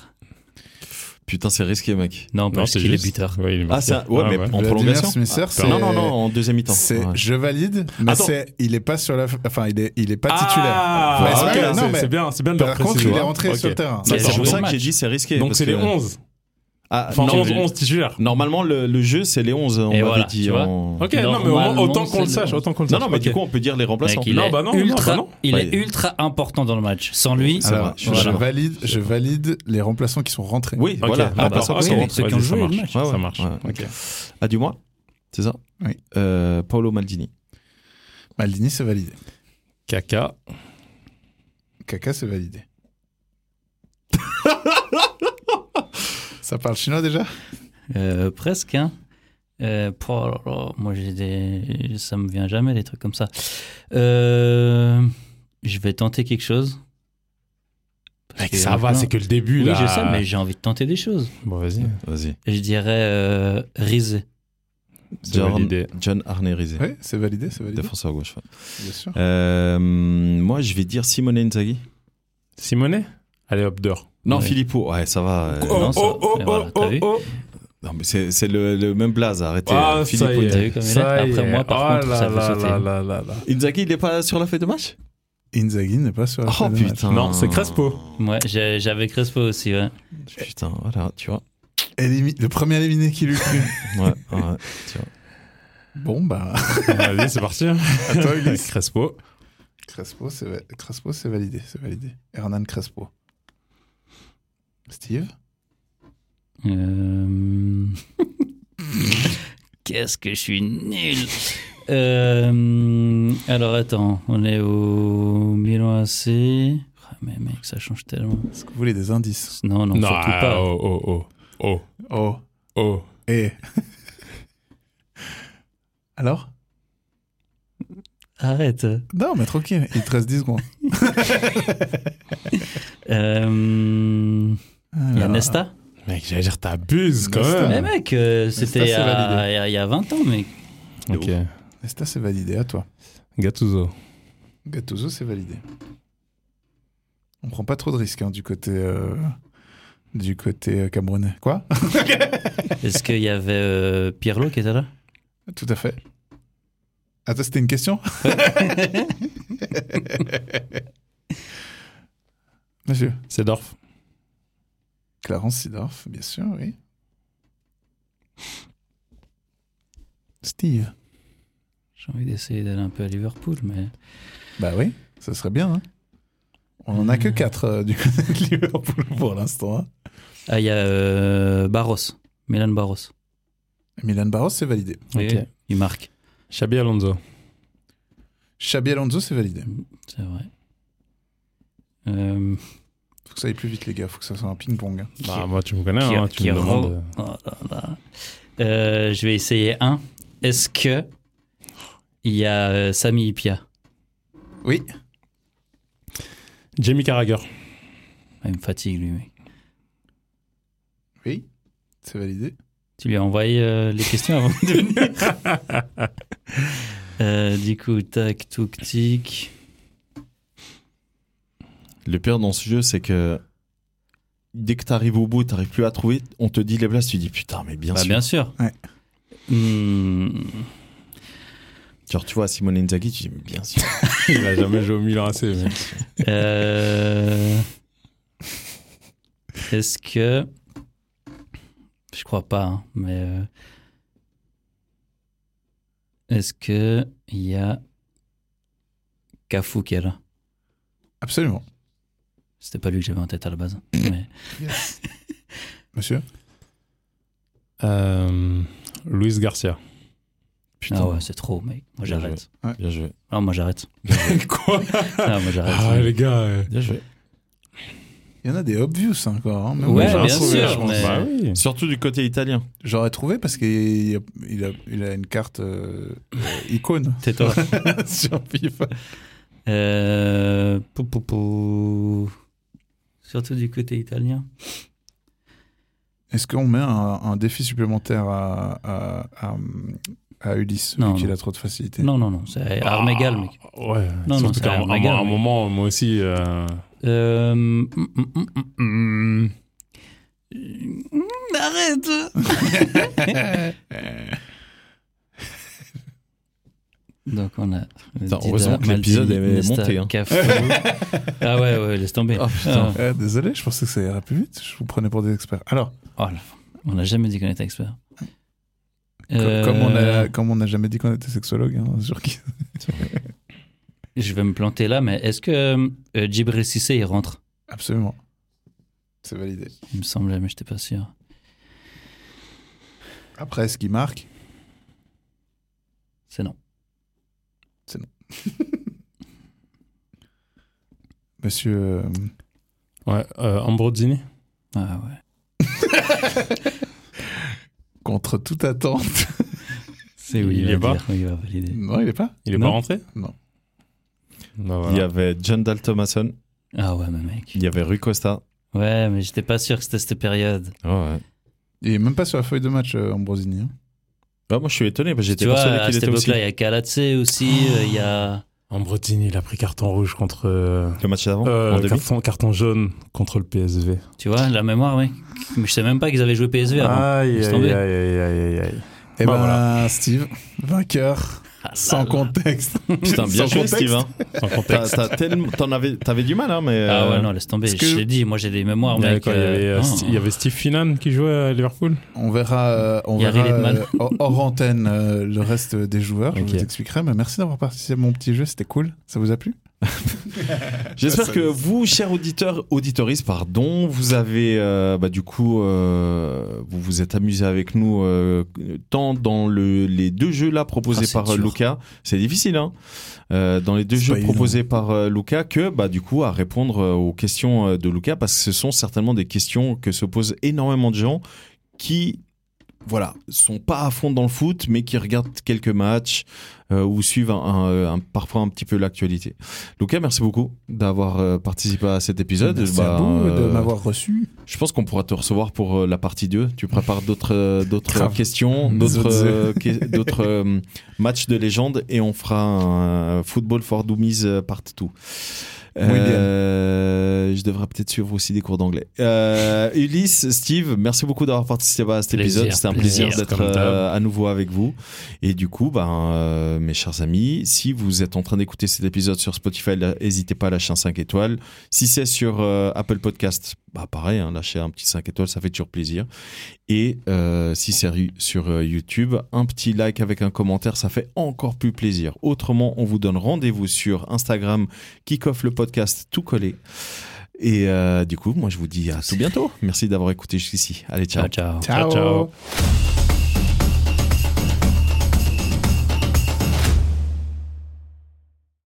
Speaker 3: Putain, c'est risqué, mec.
Speaker 5: Non, parce qu'il est buteur.
Speaker 4: Ouais, il est
Speaker 3: Ah, c'est un- ouais, mais en
Speaker 6: Vladimir
Speaker 3: prolongation. Ah,
Speaker 6: Smisser, c'est-
Speaker 3: Non, non, non, en deuxième mi-temps.
Speaker 6: C'est
Speaker 3: Ouais.
Speaker 6: je valide, mais
Speaker 4: Attends.
Speaker 6: c'est il est pas sur la, enfin il est il est pas
Speaker 4: Ah,
Speaker 6: titulaire.
Speaker 4: ok,
Speaker 6: Ouais, c'est- non,
Speaker 4: c'est-
Speaker 6: mais
Speaker 4: c'est bien, c'est bien de le
Speaker 3: hein.
Speaker 6: par contre
Speaker 4: préciser.
Speaker 6: il est rentré
Speaker 4: Ok.
Speaker 6: sur le terrain.
Speaker 5: C'est
Speaker 3: C'est
Speaker 5: joué
Speaker 3: pour
Speaker 5: le
Speaker 3: ça que
Speaker 5: match.
Speaker 3: j'ai dit c'est risqué.
Speaker 4: Donc
Speaker 3: parce
Speaker 4: c'est les
Speaker 3: que-
Speaker 4: 11.
Speaker 3: Ah,
Speaker 4: Enfin,
Speaker 3: non,
Speaker 4: 11, 11 titulaires.
Speaker 3: Normalement, le, le jeu, c'est les 11. On
Speaker 5: Et
Speaker 3: m'avait
Speaker 5: voilà,
Speaker 3: dit
Speaker 5: tu vois.
Speaker 3: en-
Speaker 4: Ok, non, mais au moins,
Speaker 5: Normalement,
Speaker 4: autant qu'on le
Speaker 5: c'est
Speaker 4: sache,
Speaker 5: le-
Speaker 4: autant qu'on le
Speaker 3: Non, non,
Speaker 4: sache.
Speaker 3: mais du
Speaker 4: Ok.
Speaker 3: coup, on peut dire les remplaçants.
Speaker 5: Mec, il
Speaker 4: Non,
Speaker 5: est
Speaker 4: bah non, non,
Speaker 5: ultra,
Speaker 4: bah non. Ah,
Speaker 5: il est
Speaker 3: Bah, il-
Speaker 5: ultra important dans le match. Sans lui,
Speaker 3: C'est vrai,
Speaker 6: Alors,
Speaker 3: je suis
Speaker 6: je,
Speaker 5: d'accord.
Speaker 6: valide, je valide les remplaçants qui sont rentrés.
Speaker 3: Oui,
Speaker 4: Ok,
Speaker 3: voilà.
Speaker 4: d'accord.
Speaker 3: remplaçants
Speaker 4: Ok,
Speaker 3: qui sont rentrés.
Speaker 5: ceux qui ont
Speaker 4: vas-y,
Speaker 5: joué
Speaker 4: ça
Speaker 5: le
Speaker 4: marche.
Speaker 5: match.
Speaker 3: Ouais, ouais,
Speaker 4: Ça marche.
Speaker 3: ouais.
Speaker 4: Ok.
Speaker 3: Ah, du moins, c'est ça
Speaker 6: Oui.
Speaker 3: Euh, Paolo Maldini.
Speaker 6: Maldini, c'est validé.
Speaker 4: Kaka.
Speaker 6: Kaka, c'est validé. Ça parle chinois déjà
Speaker 5: Euh, presque. Hein. Euh, oh là là, moi, j'ai des... ça me vient jamais des trucs comme ça. Euh, je vais tenter quelque chose. Parce
Speaker 4: Mec,
Speaker 5: qu'il y en
Speaker 4: ça
Speaker 5: a
Speaker 4: va,
Speaker 5: plein.
Speaker 4: c'est que le début
Speaker 5: Oui,
Speaker 4: là.
Speaker 5: je sais, mais j'ai envie de tenter des choses.
Speaker 4: Bon, vas-y.
Speaker 3: Vas-y.
Speaker 5: Je dirais euh, Rizé.
Speaker 4: C'est
Speaker 3: John,
Speaker 4: validé.
Speaker 3: John Arnerizé.
Speaker 6: Oui, c'est validé, c'est validé.
Speaker 3: Défenseur gauche. ouais.
Speaker 6: Bien sûr.
Speaker 3: Euh, moi, je vais dire Simone Inzaghi.
Speaker 4: Simonet Allez, hop, dehors.
Speaker 3: Non,
Speaker 5: Ouais.
Speaker 3: Filippo. Ouais, ça va. euh,
Speaker 5: Oh, non, ça- et voilà, t'as vu
Speaker 4: oh.
Speaker 3: Non, mais c'est c'est le, le même blaze. Arrêtez.
Speaker 4: Ah,
Speaker 3: euh,
Speaker 4: ça
Speaker 3: Filippo.
Speaker 4: y
Speaker 5: t'as vu
Speaker 4: est.
Speaker 5: comme il
Speaker 4: Ça
Speaker 5: est
Speaker 4: y
Speaker 5: Après
Speaker 4: est.
Speaker 5: moi, par
Speaker 4: Oh
Speaker 5: contre,
Speaker 4: là
Speaker 5: ça fait
Speaker 4: là
Speaker 5: sauter.
Speaker 4: là là là là.
Speaker 3: Inzaghi, il n'est pas sur la feuille de match
Speaker 6: Inzaghi n'est pas sur la
Speaker 3: Oh
Speaker 6: feuille de match.
Speaker 3: putain.
Speaker 4: Non, c'est Crespo.
Speaker 5: Ouais, j'ai- j'avais Crespo aussi, ouais.
Speaker 3: Putain, voilà, tu vois.
Speaker 6: Élimi- Le premier éliminé qui lui cru.
Speaker 3: Ouais, ouais.
Speaker 6: bon, bah,
Speaker 4: Vas-y, c'est parti. hein.
Speaker 6: à toi, Ulysse.
Speaker 4: Crespo.
Speaker 6: Crespo, c'est va- Crespo, c'est validé, c'est validé. Hernan Crespo. Steve
Speaker 5: Euh, Qu'est-ce que je suis nul Euh, Alors attends, on est au Milan AC. Ah, mais mec, ça change tellement.
Speaker 6: Est-ce que vous voulez des indices
Speaker 5: Non, non, surtout
Speaker 4: ah,
Speaker 5: pas.
Speaker 4: Oh, oh, oh. Oh,
Speaker 6: Oh,
Speaker 4: oh.
Speaker 6: et. Alors
Speaker 5: Arrête.
Speaker 6: Non, mais tranquille, il te reste 10 secondes.
Speaker 5: Euh, Il y a
Speaker 6: Alors,
Speaker 5: Nesta
Speaker 4: Mec, j'allais dire, t'abuses quand
Speaker 6: Nesta.
Speaker 5: Mais
Speaker 4: même.
Speaker 5: mec, euh,
Speaker 6: ça,
Speaker 5: c'était il y
Speaker 6: c'est
Speaker 5: a-
Speaker 6: validé.
Speaker 5: il y, a- il y a 20 ans, mec.
Speaker 4: Ok.
Speaker 6: Nesta, c'est validé, à toi.
Speaker 4: Gattuso.
Speaker 6: Gattuso, c'est validé. On prend pas trop de risques hein, du côté. euh, Du côté euh, camerounais. Quoi
Speaker 5: Est-ce qu'il y avait euh, Pirlo qui était là
Speaker 6: Tout à fait. Attends, c'était une question Monsieur.
Speaker 4: Sedorf.
Speaker 6: Clarence Sidorf, bien sûr, oui. Steve.
Speaker 5: J'ai envie d'essayer d'aller un peu à Liverpool, mais.
Speaker 6: Bah oui, ça serait bien. hein. On en a que 4 du côté de Liverpool pour l'instant. hein.
Speaker 5: Ah, il y a euh, Barros, Milan Barros.
Speaker 6: Milan Barros, c'est validé.
Speaker 5: Oui,
Speaker 4: Ok.
Speaker 5: Il marque,
Speaker 4: Xabi Alonso.
Speaker 6: Xabi Alonso, c'est validé.
Speaker 5: c'est vrai. Euh,
Speaker 6: Faut que ça aille plus vite, les gars. Faut que ça soit un ping-pong. hein.
Speaker 4: Bah, moi, tu me connais,
Speaker 5: qui-
Speaker 4: hein, tu
Speaker 5: qui
Speaker 4: me
Speaker 5: rend-
Speaker 4: demandes.
Speaker 5: Oh là là. Euh, je vais essayer un. Est-ce que il y a euh, Sami Ipia
Speaker 6: Oui.
Speaker 4: Jamie Carragher.
Speaker 5: Ah, Il me fatigue lui. mec.
Speaker 6: Oui. C'est validé.
Speaker 5: Tu lui as envoyé euh, les questions avant de venir. Euh, du coup, tac, touc, tic.
Speaker 3: Le pire dans ce jeu, c'est que dès que t'arrives au bout, t'arrives plus à trouver, on te dit les places, tu dis putain, mais bien
Speaker 5: Bah,
Speaker 3: sûr.
Speaker 5: bien sûr.
Speaker 6: Ouais.
Speaker 5: Hmm,
Speaker 3: Genre, tu vois, Simone Inzaghi, tu dis mais bien sûr.
Speaker 4: Il a jamais joué au Milan AC. mais-
Speaker 5: euh, Est-ce que. Je crois pas, hein, mais. euh, Est-ce que il y a. Cafu qui est là
Speaker 6: Absolument.
Speaker 5: C'était pas lui que j'avais en tête à la base. mais-
Speaker 6: Monsieur
Speaker 4: Euh, Luis Garcia.
Speaker 5: Ah ouais, c'est trop, mec. Moi
Speaker 3: Bien
Speaker 5: j'arrête.
Speaker 3: Bien joué.
Speaker 5: Ah, moi j'arrête.
Speaker 4: Quoi
Speaker 5: Ah, moi j'arrête.
Speaker 4: Ah, les gars. euh,
Speaker 3: Bien joué.
Speaker 6: Il y en a des obvious hein, encore. hein. Même
Speaker 5: Ouais,
Speaker 6: moi,
Speaker 4: j'aurais
Speaker 6: j'aurais
Speaker 5: bien
Speaker 4: trouvé,
Speaker 5: sûr,
Speaker 4: je pense.
Speaker 5: mais-
Speaker 4: Bah oui.
Speaker 3: Surtout du côté italien.
Speaker 6: J'aurais trouvé parce qu'il y a, il a, il a une carte euh, euh, icône
Speaker 5: Tais-toi.
Speaker 6: sur FIFA.
Speaker 5: Euh, pou, pou, pou. Surtout du côté italien.
Speaker 6: Est-ce qu'on met un, un défi supplémentaire à, à, à, à Ulysse
Speaker 5: Non,
Speaker 6: vu qu'il
Speaker 5: non.
Speaker 6: a trop de facilité
Speaker 5: Non, non, non, c'est Armégal, mec.
Speaker 4: Ah, Ouais.
Speaker 5: Non, non,
Speaker 4: Surtout
Speaker 5: c'est
Speaker 4: qu'à un, un-
Speaker 5: Armagal,
Speaker 4: un
Speaker 5: mais-
Speaker 4: moment, moi aussi. euh,
Speaker 5: Euh, mm, mm, mm, mm, mm. Mm, Arrête Donc on a euh,
Speaker 3: Attends,
Speaker 5: Dida,
Speaker 3: heureusement que
Speaker 5: Maldini,
Speaker 3: l'épisode est
Speaker 5: Nesta,
Speaker 3: monté, hein.
Speaker 5: Cafu. ah ouais, ouais, laisse tomber.
Speaker 3: Oh, putain.
Speaker 5: Ah.
Speaker 6: Euh, désolé, je pensais que ça irait plus vite. Je vous prenais pour des experts. Alors,
Speaker 5: Oh, la- On n'a jamais dit qu'on était expert.
Speaker 6: Co-
Speaker 5: Euh,
Speaker 6: Comme on a, comme on n'a jamais dit qu'on était sexologue, hein, sur qui-
Speaker 5: Je vais me planter là, mais est-ce que euh, euh, Djibril Cissé, il rentre
Speaker 6: Absolument. C'est validé.
Speaker 5: Il me semblait, mais je n'étais pas sûr.
Speaker 6: Après, ce qui marque,
Speaker 5: C'est non.
Speaker 6: monsieur. euh,
Speaker 4: Ouais, euh, Ambrosini.
Speaker 5: Ah ouais.
Speaker 6: contre toute attente.
Speaker 5: C'est
Speaker 4: où il
Speaker 5: il
Speaker 4: est
Speaker 5: va
Speaker 4: pas.
Speaker 5: dire, oui, il va valider.
Speaker 6: non, il est pas.
Speaker 4: Il est
Speaker 5: Non.
Speaker 4: pas rentré
Speaker 6: Non.
Speaker 4: Bah,
Speaker 3: Il y
Speaker 4: voilà.
Speaker 3: avait John Dal Thomason,
Speaker 5: Ah ouais, mais mec.
Speaker 3: il y avait Rui Costa.
Speaker 5: Ouais, mais j'étais pas sûr que c'était cette période.
Speaker 3: ouais.
Speaker 6: Il est même pas sur la feuille de match, euh, Ambrosini. hein.
Speaker 3: Ah, moi, je suis étonné, parce que j'étais
Speaker 5: tu vois,
Speaker 3: persuadé
Speaker 5: à
Speaker 3: qu'il
Speaker 5: cette
Speaker 3: était aussi.
Speaker 5: époque-là, il y a Kalatse aussi, euh, il y a.
Speaker 4: Ambrosini, il a pris carton rouge contre. euh,
Speaker 3: Le match d'avant,
Speaker 4: euh,
Speaker 3: en demi.
Speaker 4: carton, carton jaune contre le PSV.
Speaker 5: Tu vois, la mémoire, mec. Mais je sais même pas qu'ils avaient joué PSV avant.
Speaker 4: Aïe,
Speaker 5: Laisse
Speaker 4: aïe, aïe,
Speaker 5: tomber.
Speaker 4: aïe, aïe, aïe.
Speaker 6: Eh
Speaker 4: Bah,
Speaker 6: ben,
Speaker 4: voilà.
Speaker 6: Steve, vainqueur,
Speaker 5: Ah là
Speaker 6: sans
Speaker 5: là.
Speaker 6: contexte.
Speaker 3: Putain, bien
Speaker 6: Sans
Speaker 3: joué,
Speaker 6: contexte.
Speaker 3: Steve. hein.
Speaker 4: Sans
Speaker 3: T'as-
Speaker 4: contexte.
Speaker 3: t'as tellement- T'en avais, t'avais du mal, hein, mais.
Speaker 5: Ah ouais,
Speaker 3: euh,
Speaker 5: non, laisse tomber.
Speaker 6: Est-ce que-
Speaker 5: Je l'ai dit, moi j'ai des mémoires,
Speaker 4: Il y, avait
Speaker 5: mec.
Speaker 4: quoi Il y
Speaker 5: euh,
Speaker 4: avait, euh,
Speaker 5: non.
Speaker 4: Sti- il y avait Steve Finan qui jouait à Liverpool.
Speaker 6: On verra, euh, on
Speaker 5: Il y a
Speaker 6: verra
Speaker 5: Riley Edman.
Speaker 6: euh, hors- hors antenne euh, le reste des joueurs.
Speaker 4: Ok.
Speaker 6: Je vous expliquerai. Mais merci d'avoir participé à mon petit jeu. C'était cool. Ça vous a plu
Speaker 3: J'espère
Speaker 6: Ça,
Speaker 3: que
Speaker 6: ça-
Speaker 3: vous, chers auditeurs, auditoristes, pardon, vous avez, euh, bah, du coup, euh, vous vous êtes amusés avec nous euh, tant dans le, les deux jeux là proposés
Speaker 5: Ah, c'est
Speaker 3: par euh,
Speaker 5: dur.
Speaker 3: Luca, c'est difficile, hein, euh, dans les deux
Speaker 6: C'est
Speaker 3: jeux
Speaker 6: pas évident.
Speaker 3: proposés par euh, Luca, que, bah, du coup, à répondre euh, aux questions euh, de Luca, parce que ce sont certainement des questions que se posent énormément de gens qui voilà, sont pas à fond dans le foot, mais qui regardent quelques matchs euh, ou suivent un- un- un- parfois un petit peu l'actualité. Lucas, merci beaucoup d'avoir euh, participé à cet épisode.
Speaker 6: Merci
Speaker 3: Bah,
Speaker 6: à vous de
Speaker 3: euh,
Speaker 6: m'avoir reçu.
Speaker 3: Je pense qu'on pourra te recevoir pour euh, la partie 2. Tu prépares d'autres euh, d'autres
Speaker 6: Grave.
Speaker 3: questions,
Speaker 6: Des
Speaker 3: d'autres
Speaker 6: autres
Speaker 3: euh, que- d'autres euh, matchs de légende et on fera un euh, football for dummies euh, part 2. Euh, je devrais peut-être suivre aussi des cours d'anglais. Euh, Ulysse, Steve, merci beaucoup d'avoir participé à cet
Speaker 5: Plaisir,
Speaker 3: épisode. C'était un plaisir,
Speaker 5: plaisir,
Speaker 3: d'être
Speaker 4: comme d'hab.
Speaker 3: euh, à nouveau avec vous. Et du coup, ben, euh, mes chers amis, si vous êtes en train d'écouter cet épisode sur Spotify, là, n'hésitez pas à lâcher un 5 étoiles. Si c'est sur euh, Apple Podcast, bah pareil, hein, lâchez un petit 5 étoiles, ça fait toujours plaisir. Et euh, si c'est ru- sur euh, YouTube, un petit like avec un commentaire, ça fait encore plus plaisir. Autrement, on vous donne rendez-vous sur Instagram, Kickoff le podcast tout collé. Et euh, du coup, moi je vous dis à tout bientôt. Merci d'avoir écouté jusqu'ici. Allez, ciao.
Speaker 5: Ciao, ciao.
Speaker 4: Ciao, ciao.